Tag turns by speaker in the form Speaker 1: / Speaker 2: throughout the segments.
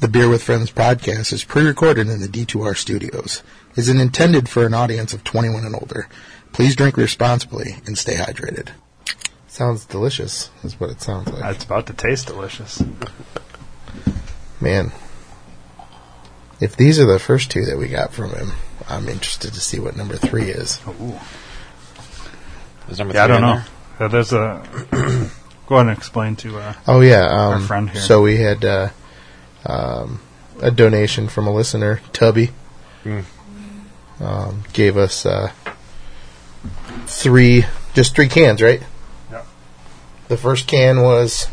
Speaker 1: The Beer with Friends podcast is pre-recorded in the D2R studios. It Is intended for an audience of 21 and older. Please drink responsibly and stay hydrated. Sounds delicious, is what it sounds like.
Speaker 2: It's about to taste delicious.
Speaker 1: Man, if these are the first two that we got from him, I'm interested to see what number three is.
Speaker 2: Ooh.
Speaker 3: Is number
Speaker 2: Yeah, I
Speaker 3: three
Speaker 2: don't
Speaker 3: in
Speaker 2: know.
Speaker 3: there?
Speaker 2: Uh, there's a. go ahead and explain to. Uh,
Speaker 1: Oh yeah, um,
Speaker 2: Our friend here.
Speaker 1: So we had uh, um, a donation from a listener, Tubby, um, gave us uh, three, just three cans, right?
Speaker 2: Yep.
Speaker 1: The first can was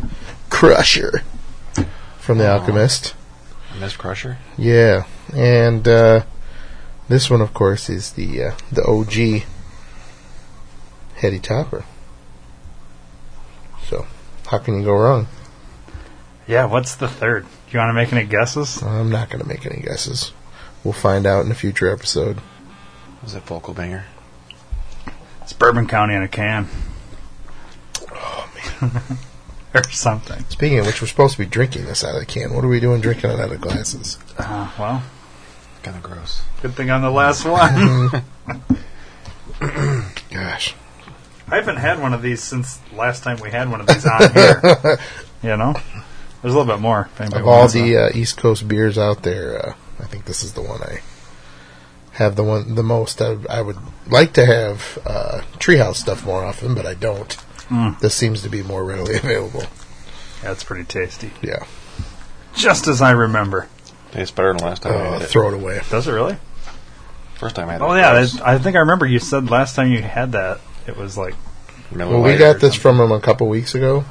Speaker 1: Crusher from The Alchemist.
Speaker 3: Miss Crusher.
Speaker 1: Yeah, and uh, this one, of course, is the uh, the OG Hetty Topper. So, how can you go wrong?
Speaker 2: yeah, what's the third? Do you want to make any guesses?
Speaker 1: I'm not going to make any guesses. We'll find out in a future episode.
Speaker 3: Was it Vocal Banger?
Speaker 2: It's Bourbon County in a can. Oh, man. or something.
Speaker 1: Speaking of which, we're supposed to be drinking this out of the can. What are we doing drinking it out of glasses?
Speaker 2: Uh, well,
Speaker 3: Kind of gross.
Speaker 2: good thing I'm the last one.
Speaker 1: Gosh.
Speaker 2: I haven't had one of these since last time we had one of these on here. you know? There's a little bit more. if anybody
Speaker 1: Of all
Speaker 2: wants
Speaker 1: the
Speaker 2: it.
Speaker 1: uh, East Coast beers out there, uh, I think this is the one I have the one the most. I, I would like to have uh, Treehouse stuff more often, but I don't. This seems to be more readily available.
Speaker 2: That's pretty tasty.
Speaker 1: Yeah.
Speaker 2: Just as I remember.
Speaker 3: Tastes better than last time. I
Speaker 1: Uh,
Speaker 3: had it.
Speaker 1: throw it away.
Speaker 2: Does it really?
Speaker 3: First time I had it.
Speaker 2: Oh, yeah. that's- I think I remember you said last time you had that, it was like
Speaker 1: Well, we got this from him a couple weeks ago,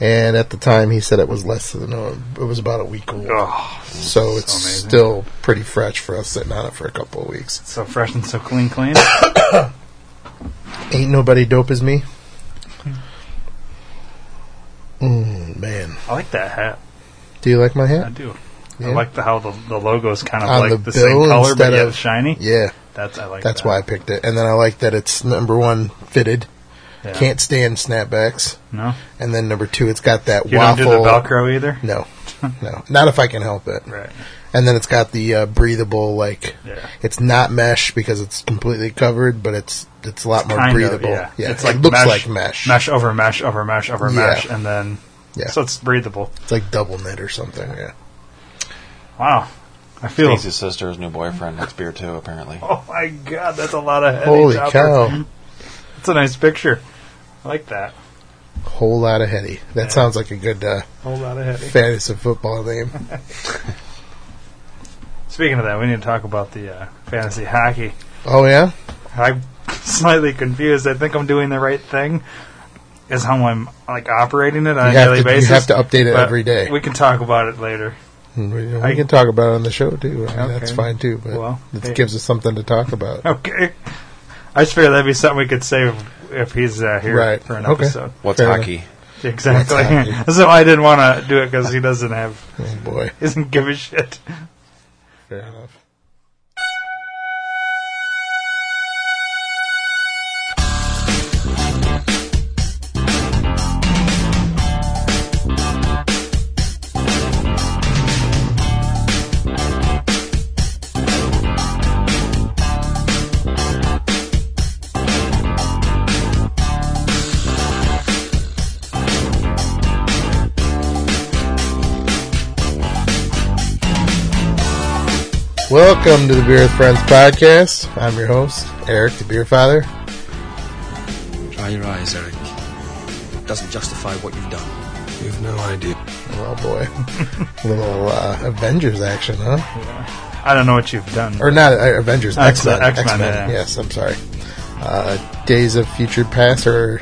Speaker 1: and at the time he said it was less than no, it was about a week old.
Speaker 2: Oh,
Speaker 1: So it's
Speaker 2: amazing.
Speaker 1: still pretty fresh for us sitting on it for a couple of weeks.
Speaker 2: so fresh and so clean, clean.
Speaker 1: Ain't nobody dope as me.
Speaker 2: Hmm.
Speaker 1: Mm, man,
Speaker 2: I like that hat.
Speaker 1: do you like my
Speaker 2: I
Speaker 1: hat?
Speaker 2: do. I
Speaker 1: Yeah.
Speaker 2: like the, how the, the logo is kind of
Speaker 1: On
Speaker 2: like
Speaker 1: the
Speaker 2: the, same
Speaker 1: bill
Speaker 2: color but
Speaker 1: instead
Speaker 2: yet
Speaker 1: of-
Speaker 2: shiny.
Speaker 1: Yeah,
Speaker 2: That's I like.
Speaker 1: that's
Speaker 2: that.
Speaker 1: why I picked it. And then I like that it's number one fitted.
Speaker 2: Yeah.
Speaker 1: Can't stand snapbacks.
Speaker 2: no.
Speaker 1: And then number two, it's got that
Speaker 2: You
Speaker 1: waffle.
Speaker 2: don't do the Velcro either.
Speaker 1: no, no, not if I can help it.
Speaker 2: Right.
Speaker 1: And then it's got the uh, breathable, like
Speaker 2: Yeah.
Speaker 1: it's not mesh because it's completely covered, but it's it's a lot more
Speaker 2: Kind
Speaker 1: breathable.
Speaker 2: of. Yeah. It's
Speaker 1: it
Speaker 2: like
Speaker 1: looks
Speaker 2: mesh,
Speaker 1: like mesh.
Speaker 2: Mesh over mesh over mesh over
Speaker 1: Yeah.
Speaker 2: mesh, and then
Speaker 1: Yeah,
Speaker 2: so it's breathable.
Speaker 1: it's like double knit or something. Yeah.
Speaker 2: Wow. I feel.
Speaker 3: Casey's sister's new boyfriend next beer too. Apparently,
Speaker 2: Oh my god, that's a lot of head
Speaker 1: Holy
Speaker 2: chopper.
Speaker 1: cow.
Speaker 2: That's a nice picture. I like that.
Speaker 1: Whole lot of heady. That sounds like a good uh,
Speaker 2: Whole lot of heavy.
Speaker 1: fantasy football name.
Speaker 2: Speaking of that, we need to talk about the uh, fantasy hockey.
Speaker 1: Oh yeah,
Speaker 2: I'm slightly confused. I think I'm doing the right thing. Is how I'm like operating it on a
Speaker 1: You have
Speaker 2: daily
Speaker 1: to- you
Speaker 2: basis.
Speaker 1: have to update it
Speaker 2: but
Speaker 1: every day.
Speaker 2: We can talk about it later.
Speaker 1: we, we
Speaker 2: I-
Speaker 1: can talk about it on the show too. I mean,
Speaker 2: Okay.
Speaker 1: That's fine too. But
Speaker 2: Well,
Speaker 1: it
Speaker 2: hey.
Speaker 1: gives us something to talk about.
Speaker 2: Okay. I just figured that'd be something we could save if he's uh, here
Speaker 1: Right.
Speaker 2: for an
Speaker 1: Okay.
Speaker 2: episode.
Speaker 3: what's
Speaker 1: Fair
Speaker 3: hockey?
Speaker 2: Exactly.
Speaker 1: That's
Speaker 2: That's why I didn't want to do it because he doesn't have,
Speaker 1: Oh boy,
Speaker 2: doesn't give a shit.
Speaker 1: fair enough. Welcome to the Beer with Friends podcast. I'm your host, Eric, the Beer Father.
Speaker 4: Dry your eyes, Eric. Doesn't justify what you've done.
Speaker 5: You've no idea.
Speaker 1: Oh boy, little uh, Avengers action, huh?
Speaker 2: I don't know what you've done.
Speaker 1: or not uh, Avengers, X
Speaker 2: X-
Speaker 1: Men,
Speaker 2: X-Men,
Speaker 1: X Men.
Speaker 2: yeah.
Speaker 1: Yes, I'm sorry. Uh, Days of Future Past or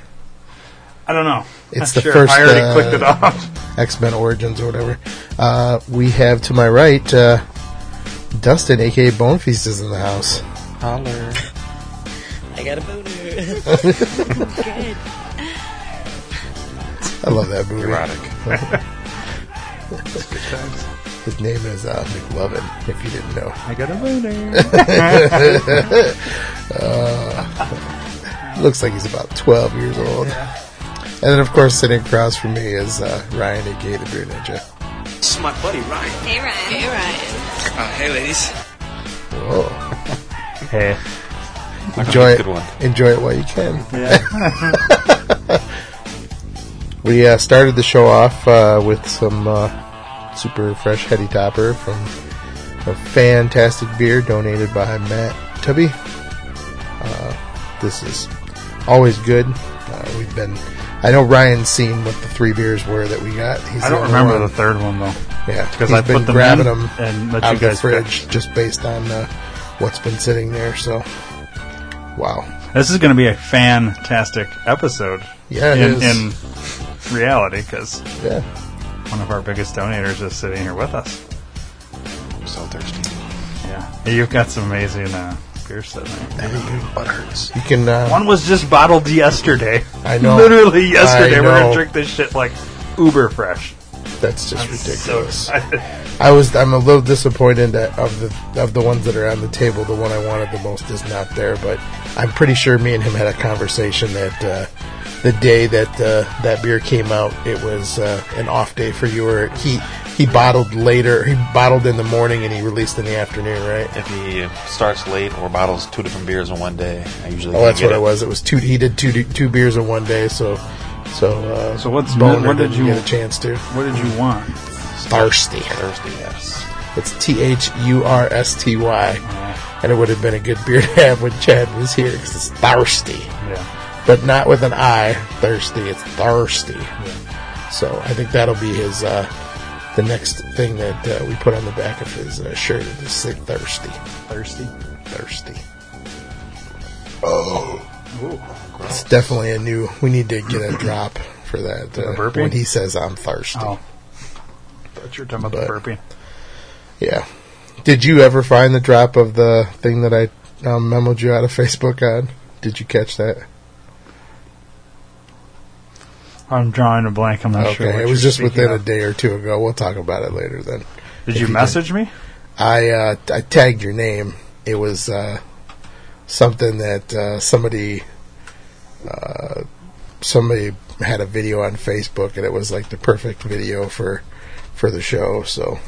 Speaker 2: I don't know.
Speaker 1: It's
Speaker 2: Not
Speaker 1: the
Speaker 2: sure.
Speaker 1: first,
Speaker 2: I already
Speaker 1: uh,
Speaker 2: clicked it off.
Speaker 1: X Men Origins or whatever. Uh, we have to my right uh, Dustin, aka Bone Feast, is in the house.
Speaker 3: Holler.
Speaker 4: I got a boner.
Speaker 1: I love that movie.
Speaker 3: Erotic.
Speaker 1: His name is uh, McLovin. If you didn't know,
Speaker 2: I got a boner.
Speaker 1: looks like he's about 12 years old. And then, of course, sitting across from me is uh, Ryan, aka the Beer Ninja.
Speaker 4: This is my buddy Ryan.
Speaker 5: Hey, Ryan. Hey, Ryan.
Speaker 4: Uh, hey, ladies.
Speaker 1: Whoa.
Speaker 2: Hey.
Speaker 1: Enjoy
Speaker 3: Good one.
Speaker 1: it. Enjoy it while you can.
Speaker 2: Yeah.
Speaker 1: We uh, started the show off uh, with some uh, super fresh heady topper from a fantastic beer donated by Matt Tubby. Uh, this is always good. Uh, we've been. I know Ryan's seen what the three beers were that we got. He's
Speaker 2: I
Speaker 1: the
Speaker 2: don't
Speaker 1: only
Speaker 2: remember
Speaker 1: one-
Speaker 2: the third one though.
Speaker 1: Yeah,
Speaker 2: 'Cause
Speaker 1: he's
Speaker 2: I
Speaker 1: been
Speaker 2: put them
Speaker 1: grabbing
Speaker 2: in
Speaker 1: them
Speaker 2: and let
Speaker 1: out
Speaker 2: you
Speaker 1: of the
Speaker 2: guys
Speaker 1: fridge just based on uh, what's been sitting there. So, wow,
Speaker 2: This is going to be a fantastic episode.
Speaker 1: Yeah, it
Speaker 2: in,
Speaker 1: is.
Speaker 2: in reality, because
Speaker 1: yeah,
Speaker 2: one of our biggest donators is sitting here with us.
Speaker 3: I'm so thirsty.
Speaker 2: Yeah, Hey, you've got some amazing uh, beer sitting there.
Speaker 3: Butt hurts.
Speaker 1: you can. Uh,
Speaker 2: One was just bottled yesterday.
Speaker 1: I know.
Speaker 2: Literally yesterday.
Speaker 1: I
Speaker 2: We're
Speaker 1: know.
Speaker 2: gonna drink this shit like uber fresh.
Speaker 1: that's just
Speaker 2: I'm so
Speaker 1: ridiculous.
Speaker 2: excited.
Speaker 1: I was I'm a little disappointed that of the of the ones that are on the table, the one I wanted the most is not there. But I'm pretty sure me and him had a conversation that uh, the day that uh, that beer came out, it was uh, an off day for you, or he he bottled later. He bottled in the morning and he released in the afternoon, right?
Speaker 3: If he starts late or bottles two different beers in one day, I usually
Speaker 1: Oh,
Speaker 3: don't
Speaker 1: that's
Speaker 3: get
Speaker 1: what it was. It was two. He did two two beers in one day, so. So, uh,
Speaker 2: So what's-
Speaker 1: Boner
Speaker 2: what did
Speaker 1: didn't
Speaker 2: you-
Speaker 1: get a chance to?
Speaker 2: What did you want?
Speaker 1: Thirsty.
Speaker 3: Thirsty, yes.
Speaker 1: It's T H U R S T Y. And it would have been a good beer to have when Chad was here because it's thirsty.
Speaker 2: Yeah.
Speaker 1: But not with an I, thirsty. It's thirsty. So I think that'll be his, uh, the next thing that uh, we put on the back of his uh, shirt is just say thirsty.
Speaker 2: Thirsty.
Speaker 1: Thirsty. Oh. It's definitely a new, we need to get a drop for that.
Speaker 2: the
Speaker 1: Uh,
Speaker 2: burpee?
Speaker 1: when he says I'm thirsty.
Speaker 2: Oh. Thought you were talking about the
Speaker 1: But-
Speaker 2: burpee.
Speaker 1: Yeah. Did you ever find the drop of the thing that I um, memoed you out of Facebook on? Did you catch that?
Speaker 2: I'm drawing a blank. I'm not
Speaker 1: okay,
Speaker 2: sure. what
Speaker 1: it was
Speaker 2: you're
Speaker 1: just
Speaker 2: speaking
Speaker 1: within a
Speaker 2: of.
Speaker 1: day or two ago. We'll talk about it later then.
Speaker 2: Did
Speaker 1: if
Speaker 2: you
Speaker 1: you
Speaker 2: message me?
Speaker 1: I uh, I tagged your name. It was uh, something that uh, somebody uh, somebody had a video on Facebook, and it was like the perfect video for for the show. So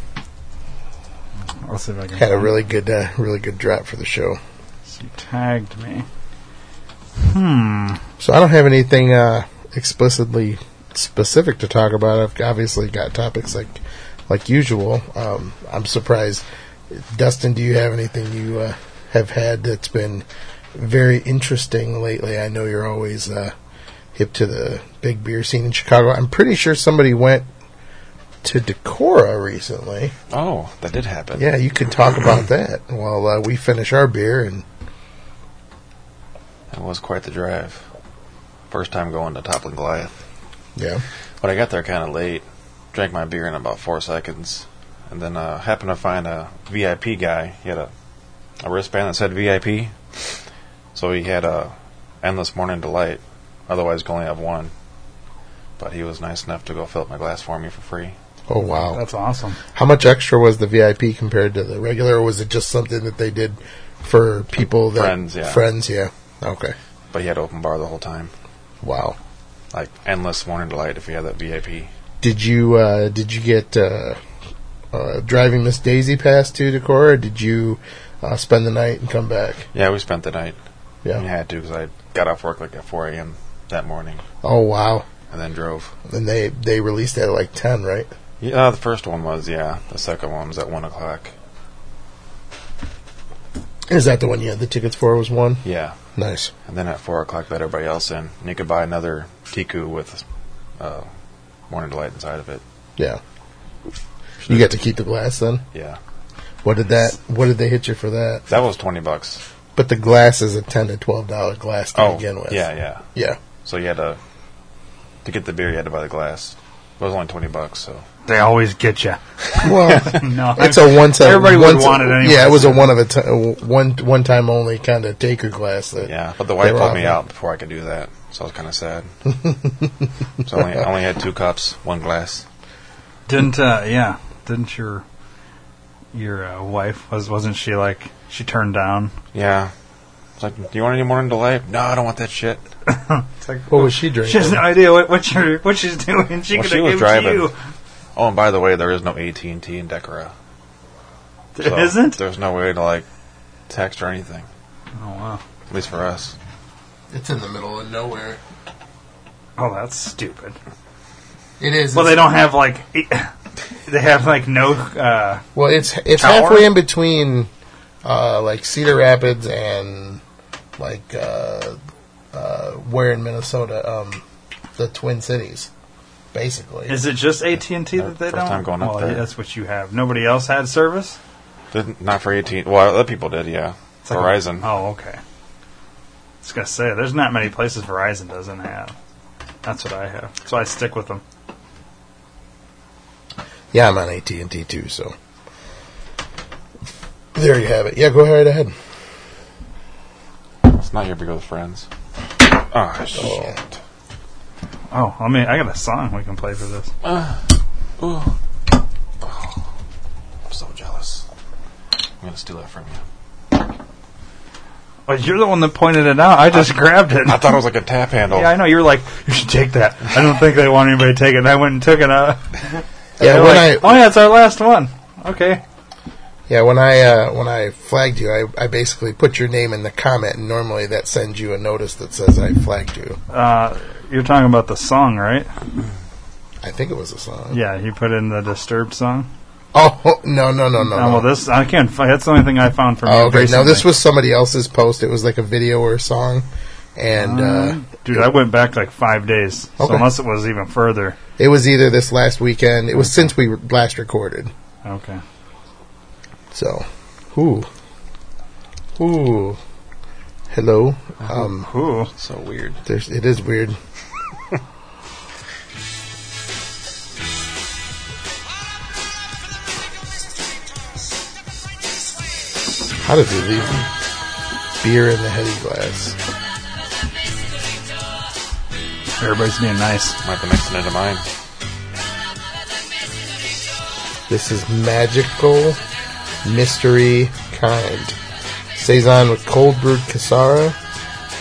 Speaker 2: Let's see if I can.
Speaker 1: had a
Speaker 2: find
Speaker 1: really good uh, really good drop for the show.
Speaker 2: it. You tagged me. Hmm.
Speaker 1: So I don't have anything uh, explicitly specific to talk about. I've obviously got topics like like usual. Um, I'm surprised, Dustin. Do you have anything you uh, have had that's been very interesting lately? I know you're always uh, hip to the big beer scene in Chicago. I'm pretty sure somebody went to Decorah recently.
Speaker 3: Oh, that did happen.
Speaker 1: Yeah, you could talk about that while uh, we finish our beer and
Speaker 3: It was quite the drive. First time going to Toppling Goliath.
Speaker 1: yeah.
Speaker 3: But I got there kind of late, drank my beer in about four seconds, and then uh, happened to find a VIP guy. He had a, a wristband that said VIP, so he had a endless morning delight. Otherwise, you can only have one. But he was nice enough to go fill up my glass for me for free.
Speaker 1: Oh wow.
Speaker 2: That's awesome.
Speaker 1: How much extra was the VIP compared to the regular? Or was it just something that they did for people that
Speaker 3: Friends, yeah.
Speaker 1: friends? Yeah. Okay.
Speaker 3: But he had open bar the whole time,
Speaker 1: Wow.
Speaker 3: like endless morning delight if you had that VIP.
Speaker 1: Did you uh, did you get uh, uh, driving Miss Daisy past to Decorah? Or did you uh, spend the night and come back?
Speaker 3: Yeah, we spent the night.
Speaker 1: Yeah.
Speaker 3: We had to because I got off work like at 4 a.m. that morning
Speaker 1: Oh wow.
Speaker 3: and then drove.
Speaker 1: And they they released that at like ten, right?
Speaker 3: Yeah, the first one was yeah. The second one was at one o'clock.
Speaker 1: Is that the one you had the tickets for? Was one
Speaker 3: Yeah,
Speaker 1: nice?
Speaker 3: and then at four o'clock let everybody else in, and you could buy another Tiku with uh, Morning Delight inside of it.
Speaker 1: Yeah. You got to keep the glass then.
Speaker 3: Yeah,
Speaker 1: What did that? What did they hit you for that?
Speaker 3: that was twenty bucks.
Speaker 1: But the glass is a ten to twelve dollar glass to
Speaker 3: oh,
Speaker 1: begin with.
Speaker 3: yeah, yeah.
Speaker 1: Yeah.
Speaker 3: So you had to to get the beer, you had to buy the glass. It was only twenty bucks, so
Speaker 2: They always get you.
Speaker 1: Well,
Speaker 2: No,
Speaker 1: It's
Speaker 2: I'm-
Speaker 1: a once. A,
Speaker 2: Everybody would
Speaker 1: once-
Speaker 2: want it anyway.
Speaker 1: Yeah, it was a one of a ti- one one time only kind of taker glass. That,
Speaker 3: yeah. But the wife
Speaker 1: were
Speaker 3: pulled me
Speaker 1: awful.
Speaker 3: out before I could do that, so I was kind of sad. so I only, I only had two cups, one glass.
Speaker 2: Didn't uh, yeah? Didn't your your uh, wife was wasn't she like she turned down?
Speaker 3: Yeah. It's like, do you want any Morning Delight? No, I don't want that shit.
Speaker 1: What was she drinking?
Speaker 2: She has no idea what, what you're what she's doing. She
Speaker 3: Well,
Speaker 2: could
Speaker 3: she
Speaker 2: have given it
Speaker 3: was
Speaker 2: to
Speaker 3: driving.
Speaker 2: you.
Speaker 3: Oh, and by the way, there is no AT and T in Decorah.
Speaker 2: There
Speaker 3: So
Speaker 2: not
Speaker 3: There's no way to like text or anything.
Speaker 2: Oh wow.
Speaker 3: At least for us.
Speaker 1: It's in the middle of nowhere.
Speaker 2: Oh, that's stupid.
Speaker 1: It is.
Speaker 2: Well,
Speaker 1: it's-
Speaker 2: they don't have like e- they have like no. Uh,
Speaker 1: Well, it's it's
Speaker 2: Tower?
Speaker 1: halfway in between, uh, like Cedar Rapids and like uh, uh, where in Minnesota, um, the Twin Cities, basically.
Speaker 2: is it just AT and T that they
Speaker 3: Uh, First
Speaker 2: don't?
Speaker 3: time going up
Speaker 2: well,
Speaker 3: there.
Speaker 2: that's what you have. Nobody else had service.
Speaker 3: Didn't, not for eighteen. Well, other people did. Yeah.
Speaker 2: It's like a-
Speaker 3: Verizon.
Speaker 2: oh, okay. I was gonna say there's not many places Verizon doesn't have. That's what I have, so I stick with them.
Speaker 1: yeah, I'm on AT and T too. So there you have it. Yeah, go right ahead.
Speaker 3: It's not your big with friends. Oh, shit.
Speaker 2: Oh, I mean, I got a song we can play for this.
Speaker 3: I'm so jealous. I'm gonna steal that from you.
Speaker 2: Oh, you're the one that pointed it out. I just grabbed it.
Speaker 3: I thought it was like a tap handle.
Speaker 2: yeah, I know. You were like, you should take that. I don't think they want anybody to take it. And I went and took it. Uh,
Speaker 1: Yeah,
Speaker 2: they're
Speaker 1: when
Speaker 2: like,
Speaker 1: I
Speaker 2: oh yeah, it's our last one. Okay.
Speaker 1: yeah when I uh, when I flagged you, I, I basically put your name in the comment, and normally that sends you a notice that says I flagged you.
Speaker 2: Uh, you're talking about the song, right?
Speaker 1: I think it was a song.
Speaker 2: Yeah, you put in the Disturbed song.
Speaker 1: Oh no no no no.
Speaker 2: Uh,
Speaker 1: no.
Speaker 2: well, this I can't. Find, that's the only thing I found from.
Speaker 1: Oh,
Speaker 2: you
Speaker 1: okay. Now
Speaker 2: recently.
Speaker 1: this was somebody else's post. It was like a video or a song, and uh,
Speaker 2: Um, dude, I went back like five days. So
Speaker 1: Okay.
Speaker 2: unless it was even further.
Speaker 1: it was either this last weekend. It was since we last recorded.
Speaker 2: Okay.
Speaker 1: So, ooh, ooh, hello.
Speaker 2: Uh-huh.
Speaker 1: Um,
Speaker 2: Ooh.
Speaker 3: So weird.
Speaker 1: there's it is weird. How did we leave beer in the heady glass?
Speaker 2: Everybody's being nice.
Speaker 3: Might be mixing into mine.
Speaker 1: This is magical mystery kind. Saison with cold brewed cassara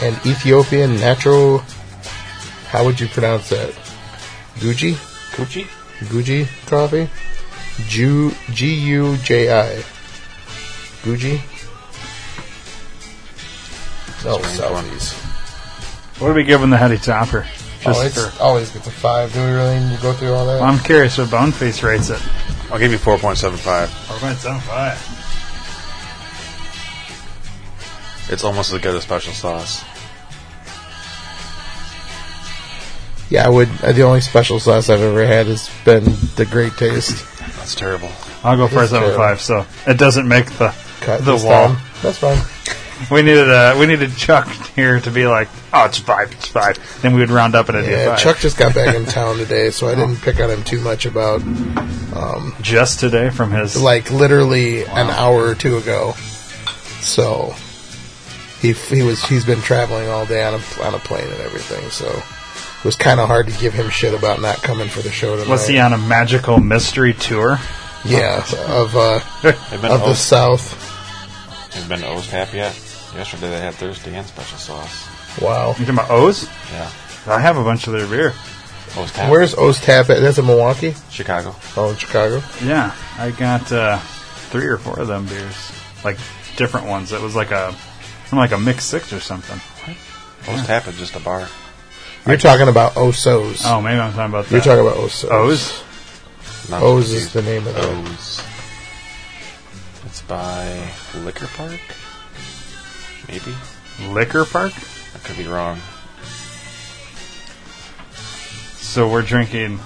Speaker 1: and Ethiopian natural. How would you pronounce that? Guji?
Speaker 3: Coochie?
Speaker 1: Guji coffee? Ju- G U J I. Guji? Oh, Southeast.
Speaker 2: What are we giving the heady topper?
Speaker 1: Oh, it's always gets a five. Do we really need to go through all that?
Speaker 2: I'm curious what Boneface rates it.
Speaker 3: I'll give you 4.75.
Speaker 2: Four point seven five.
Speaker 3: It's almost as good as special sauce.
Speaker 1: Yeah, I would. Uh, the only special sauce I've ever had has been the great taste.
Speaker 3: That's terrible.
Speaker 2: I'll go for a
Speaker 1: It's
Speaker 2: seven
Speaker 1: terrible.
Speaker 2: five. So it doesn't make the
Speaker 1: Cut
Speaker 2: the
Speaker 1: this
Speaker 2: wall.
Speaker 1: time. That's fine.
Speaker 2: We needed a we needed Chuck here to be like, oh, it's five, it's five. Then we would round up and it'd be Oh. a
Speaker 1: Yeah,
Speaker 2: five.
Speaker 1: Chuck just got back in town today, so I didn't pick on him too much about
Speaker 2: just today from his
Speaker 1: like literally an hour or two ago. So he he was he's been traveling all day on a on a plane and everything. So it was kind of hard to give him shit about not coming for the show tonight.
Speaker 2: Was he on a magical mystery tour?
Speaker 1: Yeah, of uh,
Speaker 3: They've been
Speaker 1: of the
Speaker 3: O's,
Speaker 1: South.
Speaker 3: they've been to O's Tap yet? Yesterday they had Thursday and special sauce.
Speaker 1: Wow.
Speaker 2: You talking about O's?
Speaker 3: Yeah.
Speaker 2: I have a bunch of their beer.
Speaker 3: O's Tap.
Speaker 1: Where's O's Tap at? That's in Milwaukee.
Speaker 3: Chicago.
Speaker 1: Oh, in Chicago.
Speaker 2: Yeah, I got uh, three or four of them beers, like different ones. It was like a from like a mix six or something.
Speaker 3: O's Tap is just a bar.
Speaker 1: You're talking about Oso's.
Speaker 2: Oh, maybe I'm talking about that.
Speaker 1: You're talking about Oso's.
Speaker 2: O's. Oh,
Speaker 3: Not
Speaker 1: O's
Speaker 3: confused.
Speaker 1: is the name of it.
Speaker 3: O's. It's by Liquor Park? Maybe?
Speaker 2: Liquor Park.
Speaker 3: I could be wrong.
Speaker 2: So we're drinking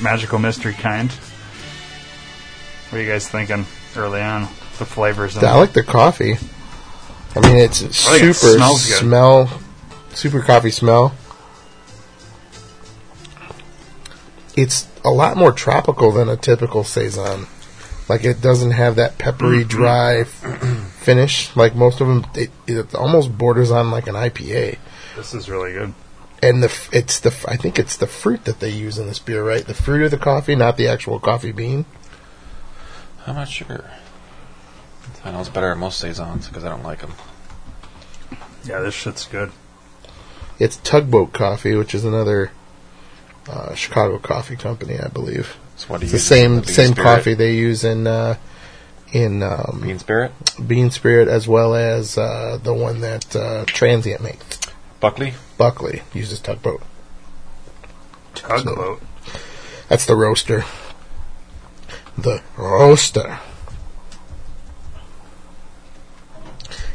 Speaker 2: magical mystery kind. What are you guys thinking early on? The flavors. And
Speaker 1: I like the coffee. I mean, it's
Speaker 2: think
Speaker 1: super
Speaker 2: Uh-huh. it smells good.
Speaker 1: smell, super coffee smell. It's a lot more tropical than a typical saison. Like it doesn't have that peppery,
Speaker 2: Mm-hmm.
Speaker 1: dry finish. Like most of them, it, it almost borders on like an IPA.
Speaker 2: This is really good.
Speaker 1: And the f- it's the f- I think it's the fruit that they use in this beer, right? The fruit of the coffee, not the actual coffee bean.
Speaker 3: I'm not sure. I know it's better at most Saisons because I don't like them.
Speaker 2: Yeah, this shit's good.
Speaker 1: It's Tugboat Coffee, which is another uh, Chicago coffee company, I believe.
Speaker 3: So what do
Speaker 1: It's
Speaker 3: you
Speaker 1: the
Speaker 3: use?
Speaker 1: same
Speaker 3: bean
Speaker 1: same
Speaker 3: spirit?
Speaker 1: coffee they use in uh, in um,
Speaker 3: Bean spirit,
Speaker 1: Bean Spirit as well as uh, the one that uh, Transient makes.
Speaker 3: Buckley.
Speaker 1: Buckley uses Tugboat.
Speaker 2: Tugboat.
Speaker 1: That's the roaster. The roaster.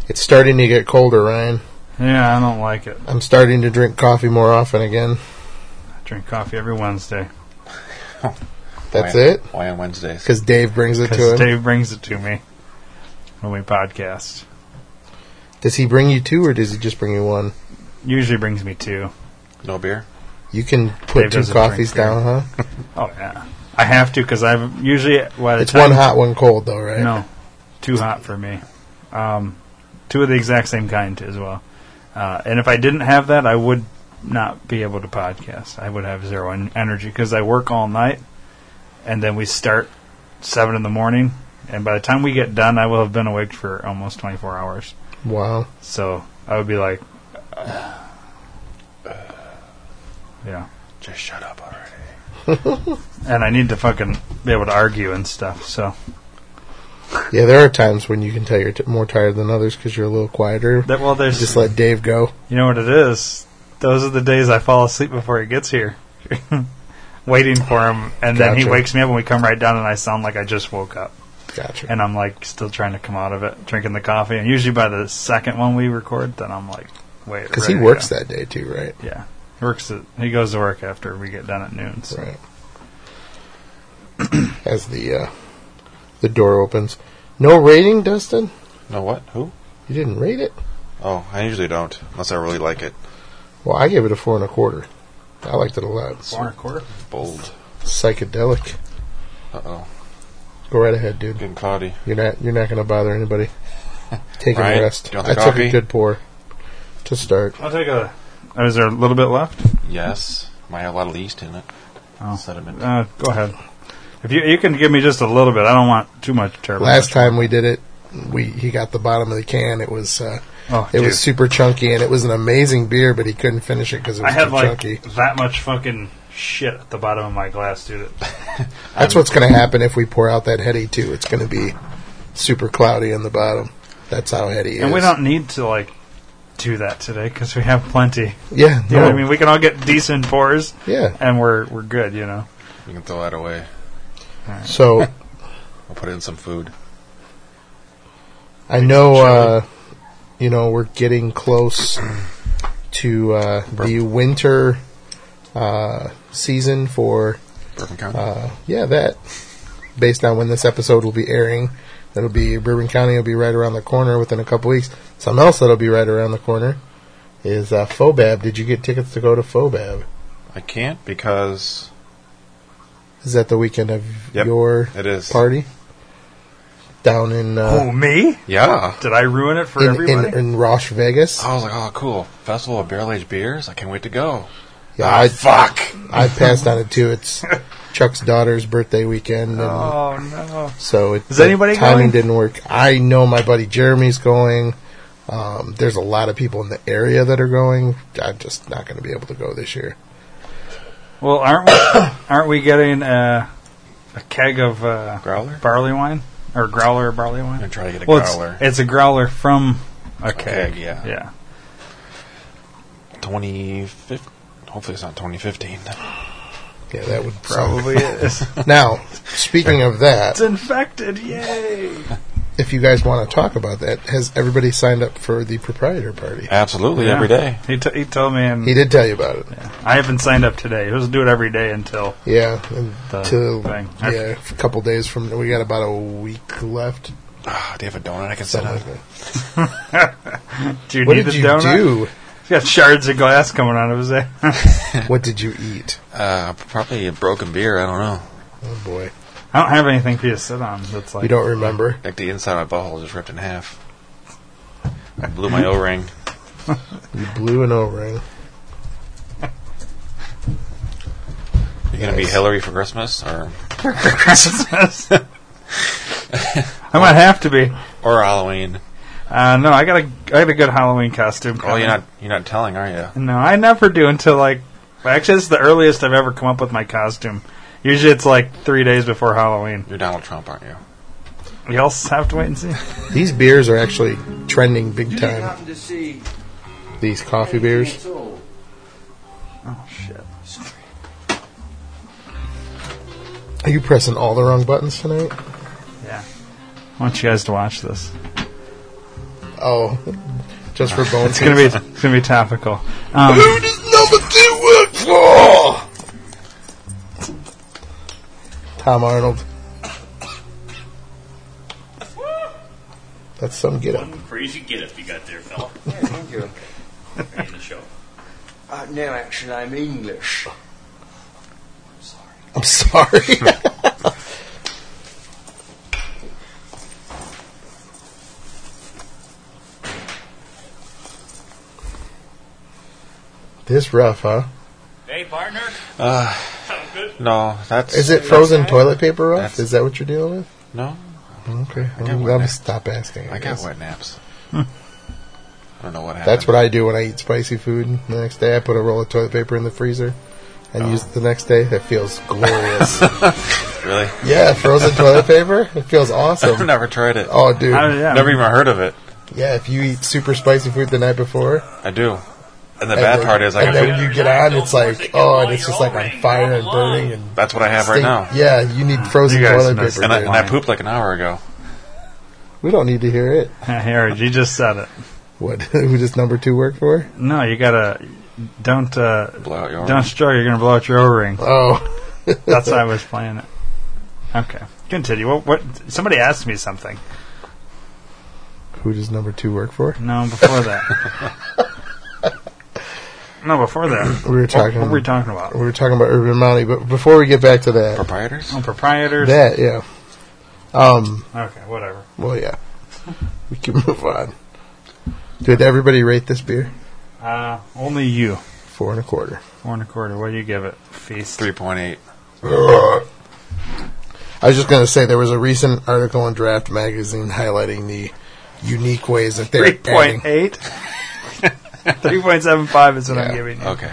Speaker 1: It's starting to get colder, Ryan.
Speaker 2: Yeah, I don't like it.
Speaker 1: I'm starting to drink coffee more often again.
Speaker 2: I drink coffee every Wednesday
Speaker 1: That's
Speaker 3: why,
Speaker 1: it?
Speaker 3: Why on Wednesdays?
Speaker 1: Because Dave brings it to
Speaker 2: because
Speaker 1: him.
Speaker 2: Dave brings it to me when we podcast.
Speaker 1: Does he bring you two or does he just bring you one?
Speaker 2: Usually brings me two.
Speaker 3: No beer.
Speaker 1: You can put
Speaker 2: Dave
Speaker 1: two
Speaker 2: doesn't drink
Speaker 1: coffees
Speaker 2: beer.
Speaker 1: down, huh?
Speaker 2: Oh yeah, I have to because I've usually by the
Speaker 1: It's
Speaker 2: time
Speaker 1: one hot, one cold, though, right?
Speaker 2: No, too hot for me. Um, two of the exact same kind as well. Uh, and if I didn't have that, I would not be able to podcast. I would have zero en- energy because I work all night, and then we start seven in the morning. And by the time we get done, I will have been awake for almost twenty four hours.
Speaker 1: Wow.
Speaker 2: So I would be like, yeah.
Speaker 3: Just shut up already.
Speaker 2: And I need to fucking be able to argue and stuff. So
Speaker 1: Yeah, there are times when you can tell you're t- more tired than others because you're a little quieter.
Speaker 2: that well, there's
Speaker 1: Just let Dave go.
Speaker 2: You know what it is? Those are the days I fall asleep before he gets here, waiting for him, and then he
Speaker 1: Gotcha.
Speaker 2: wakes me up and we come right down, and I sound like I just woke up,
Speaker 1: Gotcha.
Speaker 2: and I'm like still trying to come out of it, drinking the coffee, and usually by the second one we record, then I'm like, wait,
Speaker 1: Because he works that day too, right?
Speaker 2: Yeah, he works. At, he goes to work after we get done at noon. So.
Speaker 1: Right. As the uh, the door opens, no rating, Dustin.
Speaker 3: No what? Who?
Speaker 1: You didn't rate it.
Speaker 3: Oh, I usually don't unless I really like it.
Speaker 1: Well, I gave it a four and a quarter. I liked it a lot.
Speaker 2: Four and a quarter.
Speaker 3: Bold.
Speaker 1: Psychedelic.
Speaker 3: Uh oh.
Speaker 1: Go right ahead, dude.
Speaker 3: Getting cloudy.
Speaker 1: You're not you're not going to bother anybody. Take
Speaker 3: Ryan,
Speaker 1: a rest.
Speaker 3: do you
Speaker 1: I
Speaker 3: want the
Speaker 1: took a
Speaker 3: coffee?
Speaker 1: good pour to start.
Speaker 2: I'll take a. Oh, is there a little bit left?
Speaker 3: Yes. Might have a lot of yeast in it.
Speaker 2: Oh.
Speaker 3: Sediment.
Speaker 2: Uh, go ahead. If you you can give me just a little bit, I don't want too much turbo.
Speaker 1: Last time we did it, we he got the bottom of the can. It was uh,
Speaker 2: oh,
Speaker 1: it
Speaker 2: dude.
Speaker 1: was super chunky and it was an amazing beer, but he couldn't finish it because it
Speaker 2: I
Speaker 1: was
Speaker 2: had
Speaker 1: too
Speaker 2: like
Speaker 1: chunky.
Speaker 2: that much fucking shit at the bottom of my glass, dude.
Speaker 1: That's what's going to happen if we pour out that heady too. It's going to be super cloudy on the bottom. That's how heady.
Speaker 2: And
Speaker 1: is.
Speaker 2: we don't need to like do that today because we have plenty.
Speaker 1: Yeah,
Speaker 2: You know
Speaker 1: no.
Speaker 2: what I mean? We can all get decent pours,
Speaker 1: Yeah.
Speaker 2: and we're we're good. You know.
Speaker 3: You can throw that away.
Speaker 1: So
Speaker 3: I'll put it in some food.
Speaker 1: I know, uh, you know, we're getting close to uh, the winter uh, season for
Speaker 3: Bourbon County.
Speaker 1: uh, yeah that. Based on when this episode will be airing, that'll be Bourbon County will be right around the corner within a couple weeks. Something else that'll be right around the corner is uh, Fobab. Did you get tickets to go to Fobab?
Speaker 3: I can't because
Speaker 1: Is that the weekend of
Speaker 3: Yep,
Speaker 1: your
Speaker 3: it is.
Speaker 1: party down in
Speaker 2: oh
Speaker 1: uh,
Speaker 2: me?
Speaker 3: Yeah.
Speaker 2: Did I ruin it for
Speaker 1: in,
Speaker 2: everybody?
Speaker 1: in in Rosh Vegas?
Speaker 3: I was like, oh, cool. Festival of barrel aged beers. I can't wait to go.
Speaker 1: Yeah,
Speaker 3: Ah,
Speaker 1: I,
Speaker 3: fuck.
Speaker 1: I passed on it too. It's Chuck's daughter's birthday weekend, and
Speaker 2: oh no!
Speaker 1: so it,
Speaker 2: Is
Speaker 1: the
Speaker 2: anybody
Speaker 1: timing
Speaker 2: going?
Speaker 1: didn't work. I know my buddy Jeremy's going. Um, there's a lot of people in the area that are going. I'm just not going to be able to go this year.
Speaker 2: Well, aren't we aren't we getting uh, a keg of uh,
Speaker 3: Growler?
Speaker 2: barley wine or growler or barley
Speaker 3: I'm
Speaker 2: wine?
Speaker 3: going to try to get a
Speaker 2: well, it's-
Speaker 3: growler.
Speaker 2: It's, a growler from a
Speaker 3: keg,
Speaker 2: keg.
Speaker 3: yeah.
Speaker 2: Yeah.
Speaker 3: 2015. Hopefully it's not 2015.
Speaker 1: Yeah, that would probably.
Speaker 2: Probably is.
Speaker 1: Now, speaking of that,
Speaker 2: It's infected. Yay!
Speaker 1: if you guys want to talk about that, has everybody signed up for the proprietor party?
Speaker 3: Absolutely, every day.
Speaker 2: He, t- he told me, and
Speaker 1: He did tell you about it.
Speaker 2: I haven't signed up today. He'll do it every day until
Speaker 1: Yeah,
Speaker 2: The
Speaker 1: until
Speaker 2: thing.
Speaker 1: yeah, a couple days from we got about a week left.
Speaker 3: Ah, do you have a donut I can set
Speaker 1: Something
Speaker 3: on?
Speaker 1: like that.
Speaker 2: do you
Speaker 1: What
Speaker 2: uh, need
Speaker 1: did
Speaker 2: a
Speaker 1: you
Speaker 2: donut?
Speaker 1: do?
Speaker 2: He's got shards of glass coming out of his head.
Speaker 1: What did you eat?
Speaker 3: Uh, probably a broken beer. I don't know.
Speaker 1: Oh boy,
Speaker 2: I don't have anything for you to sit on. That's like
Speaker 1: you don't remember?
Speaker 3: Like the inside of my butthole just ripped in half. I blew my O ring.
Speaker 1: You blew an O-ring.
Speaker 3: You gonna be
Speaker 1: Nice.
Speaker 3: Hillary for Christmas, or
Speaker 2: Christmas. I might have to be.
Speaker 3: or Halloween?
Speaker 2: Uh, no, I got a I got a good Halloween costume.
Speaker 3: Oh,
Speaker 2: coming.
Speaker 3: you're not you're not telling, are you?
Speaker 2: No, I never do until like. well, Actually, this is the earliest I've ever come up with my costume Usually it's like three days before Halloween.
Speaker 3: You're Donald Trump, aren't you?
Speaker 2: We all have to wait and see.
Speaker 1: These beers are actually trending big
Speaker 5: Do you
Speaker 1: time.
Speaker 5: happen to see
Speaker 1: These coffee
Speaker 5: anything
Speaker 1: beers.
Speaker 5: at all?
Speaker 2: Oh shit!
Speaker 1: Are you pressing all the wrong buttons tonight?
Speaker 2: Yeah. I want you guys to watch this.
Speaker 1: Oh, just for bones.
Speaker 2: It's gonna be it's gonna be topical. Um,
Speaker 1: Who does number two work for? Tom Arnold. That's some get up.
Speaker 6: One crazy get up you got there, fella.
Speaker 5: Thank you.
Speaker 6: in the show.
Speaker 5: Uh, no, actually, I'm English.
Speaker 1: I'm sorry. this rough, huh?
Speaker 6: Hey, partner.
Speaker 3: Uh,
Speaker 6: Sound good?
Speaker 3: no, that's
Speaker 1: Is it frozen toilet paper rough?
Speaker 3: That's-
Speaker 1: Is that what you're dealing with?
Speaker 3: No,
Speaker 1: Okay,
Speaker 3: got
Speaker 1: I'm
Speaker 3: one
Speaker 1: gonna
Speaker 3: there.
Speaker 1: stop asking.
Speaker 3: I got
Speaker 1: guess.
Speaker 3: wet naps.
Speaker 2: Hmm.
Speaker 3: I don't know what happened.
Speaker 1: That's what I do when I eat spicy food. The next day, I put a roll of toilet paper in the freezer and use it the next day. It feels glorious.
Speaker 3: really.
Speaker 1: yeah, frozen toilet paper. It feels
Speaker 3: I've
Speaker 1: awesome.
Speaker 3: never tried it.
Speaker 1: Oh, dude.
Speaker 2: I- yeah.
Speaker 3: Never even heard of it.
Speaker 1: Yeah, if you eat super spicy food the night before,
Speaker 3: I do. And the
Speaker 1: and
Speaker 3: bad
Speaker 1: then-
Speaker 3: part is, I
Speaker 1: and
Speaker 3: got
Speaker 1: then
Speaker 3: food.
Speaker 1: when you get on, it's like, oh, and it's just like on fire and burning and
Speaker 3: That's what I have right
Speaker 1: stink.
Speaker 3: now.
Speaker 1: Yeah, you need frozen
Speaker 2: You guys
Speaker 1: toilet
Speaker 2: messed
Speaker 1: paper.
Speaker 3: And I,
Speaker 1: dude.
Speaker 3: and I pooped like an hour ago.
Speaker 1: we don't need to hear it.
Speaker 2: Harry, you just said it.
Speaker 1: What? Who does number two work for?
Speaker 2: No, you gotta don't uh,
Speaker 3: Blow out your.
Speaker 2: don't struggle. You're gonna blow out your O ring.
Speaker 1: Oh,
Speaker 2: That's how I was playing it. Okay, continue. What? What? Somebody asked me something.
Speaker 1: who does number two work for?
Speaker 2: No, before that. no, before that.
Speaker 1: We were
Speaker 2: What,
Speaker 1: talking.
Speaker 2: what were we talking about?
Speaker 1: we were talking about Urban Mounty, but before we get back to that,
Speaker 3: proprietors.
Speaker 2: Oh, proprietors.
Speaker 1: That, yeah. Um,
Speaker 2: Okay, whatever.
Speaker 1: well, yeah. We can move on. Did everybody rate this beer?
Speaker 2: Uh, only you.
Speaker 1: Four and a quarter.
Speaker 2: Four and a quarter. What do you give it? Feast.
Speaker 3: Three point eight.
Speaker 1: I was just going to say there was a recent article in Draft Magazine highlighting the unique ways that they're
Speaker 2: Three
Speaker 1: adding,
Speaker 2: point eight. Three point seven five is what
Speaker 1: Yeah.
Speaker 2: I'm giving you.
Speaker 3: Okay.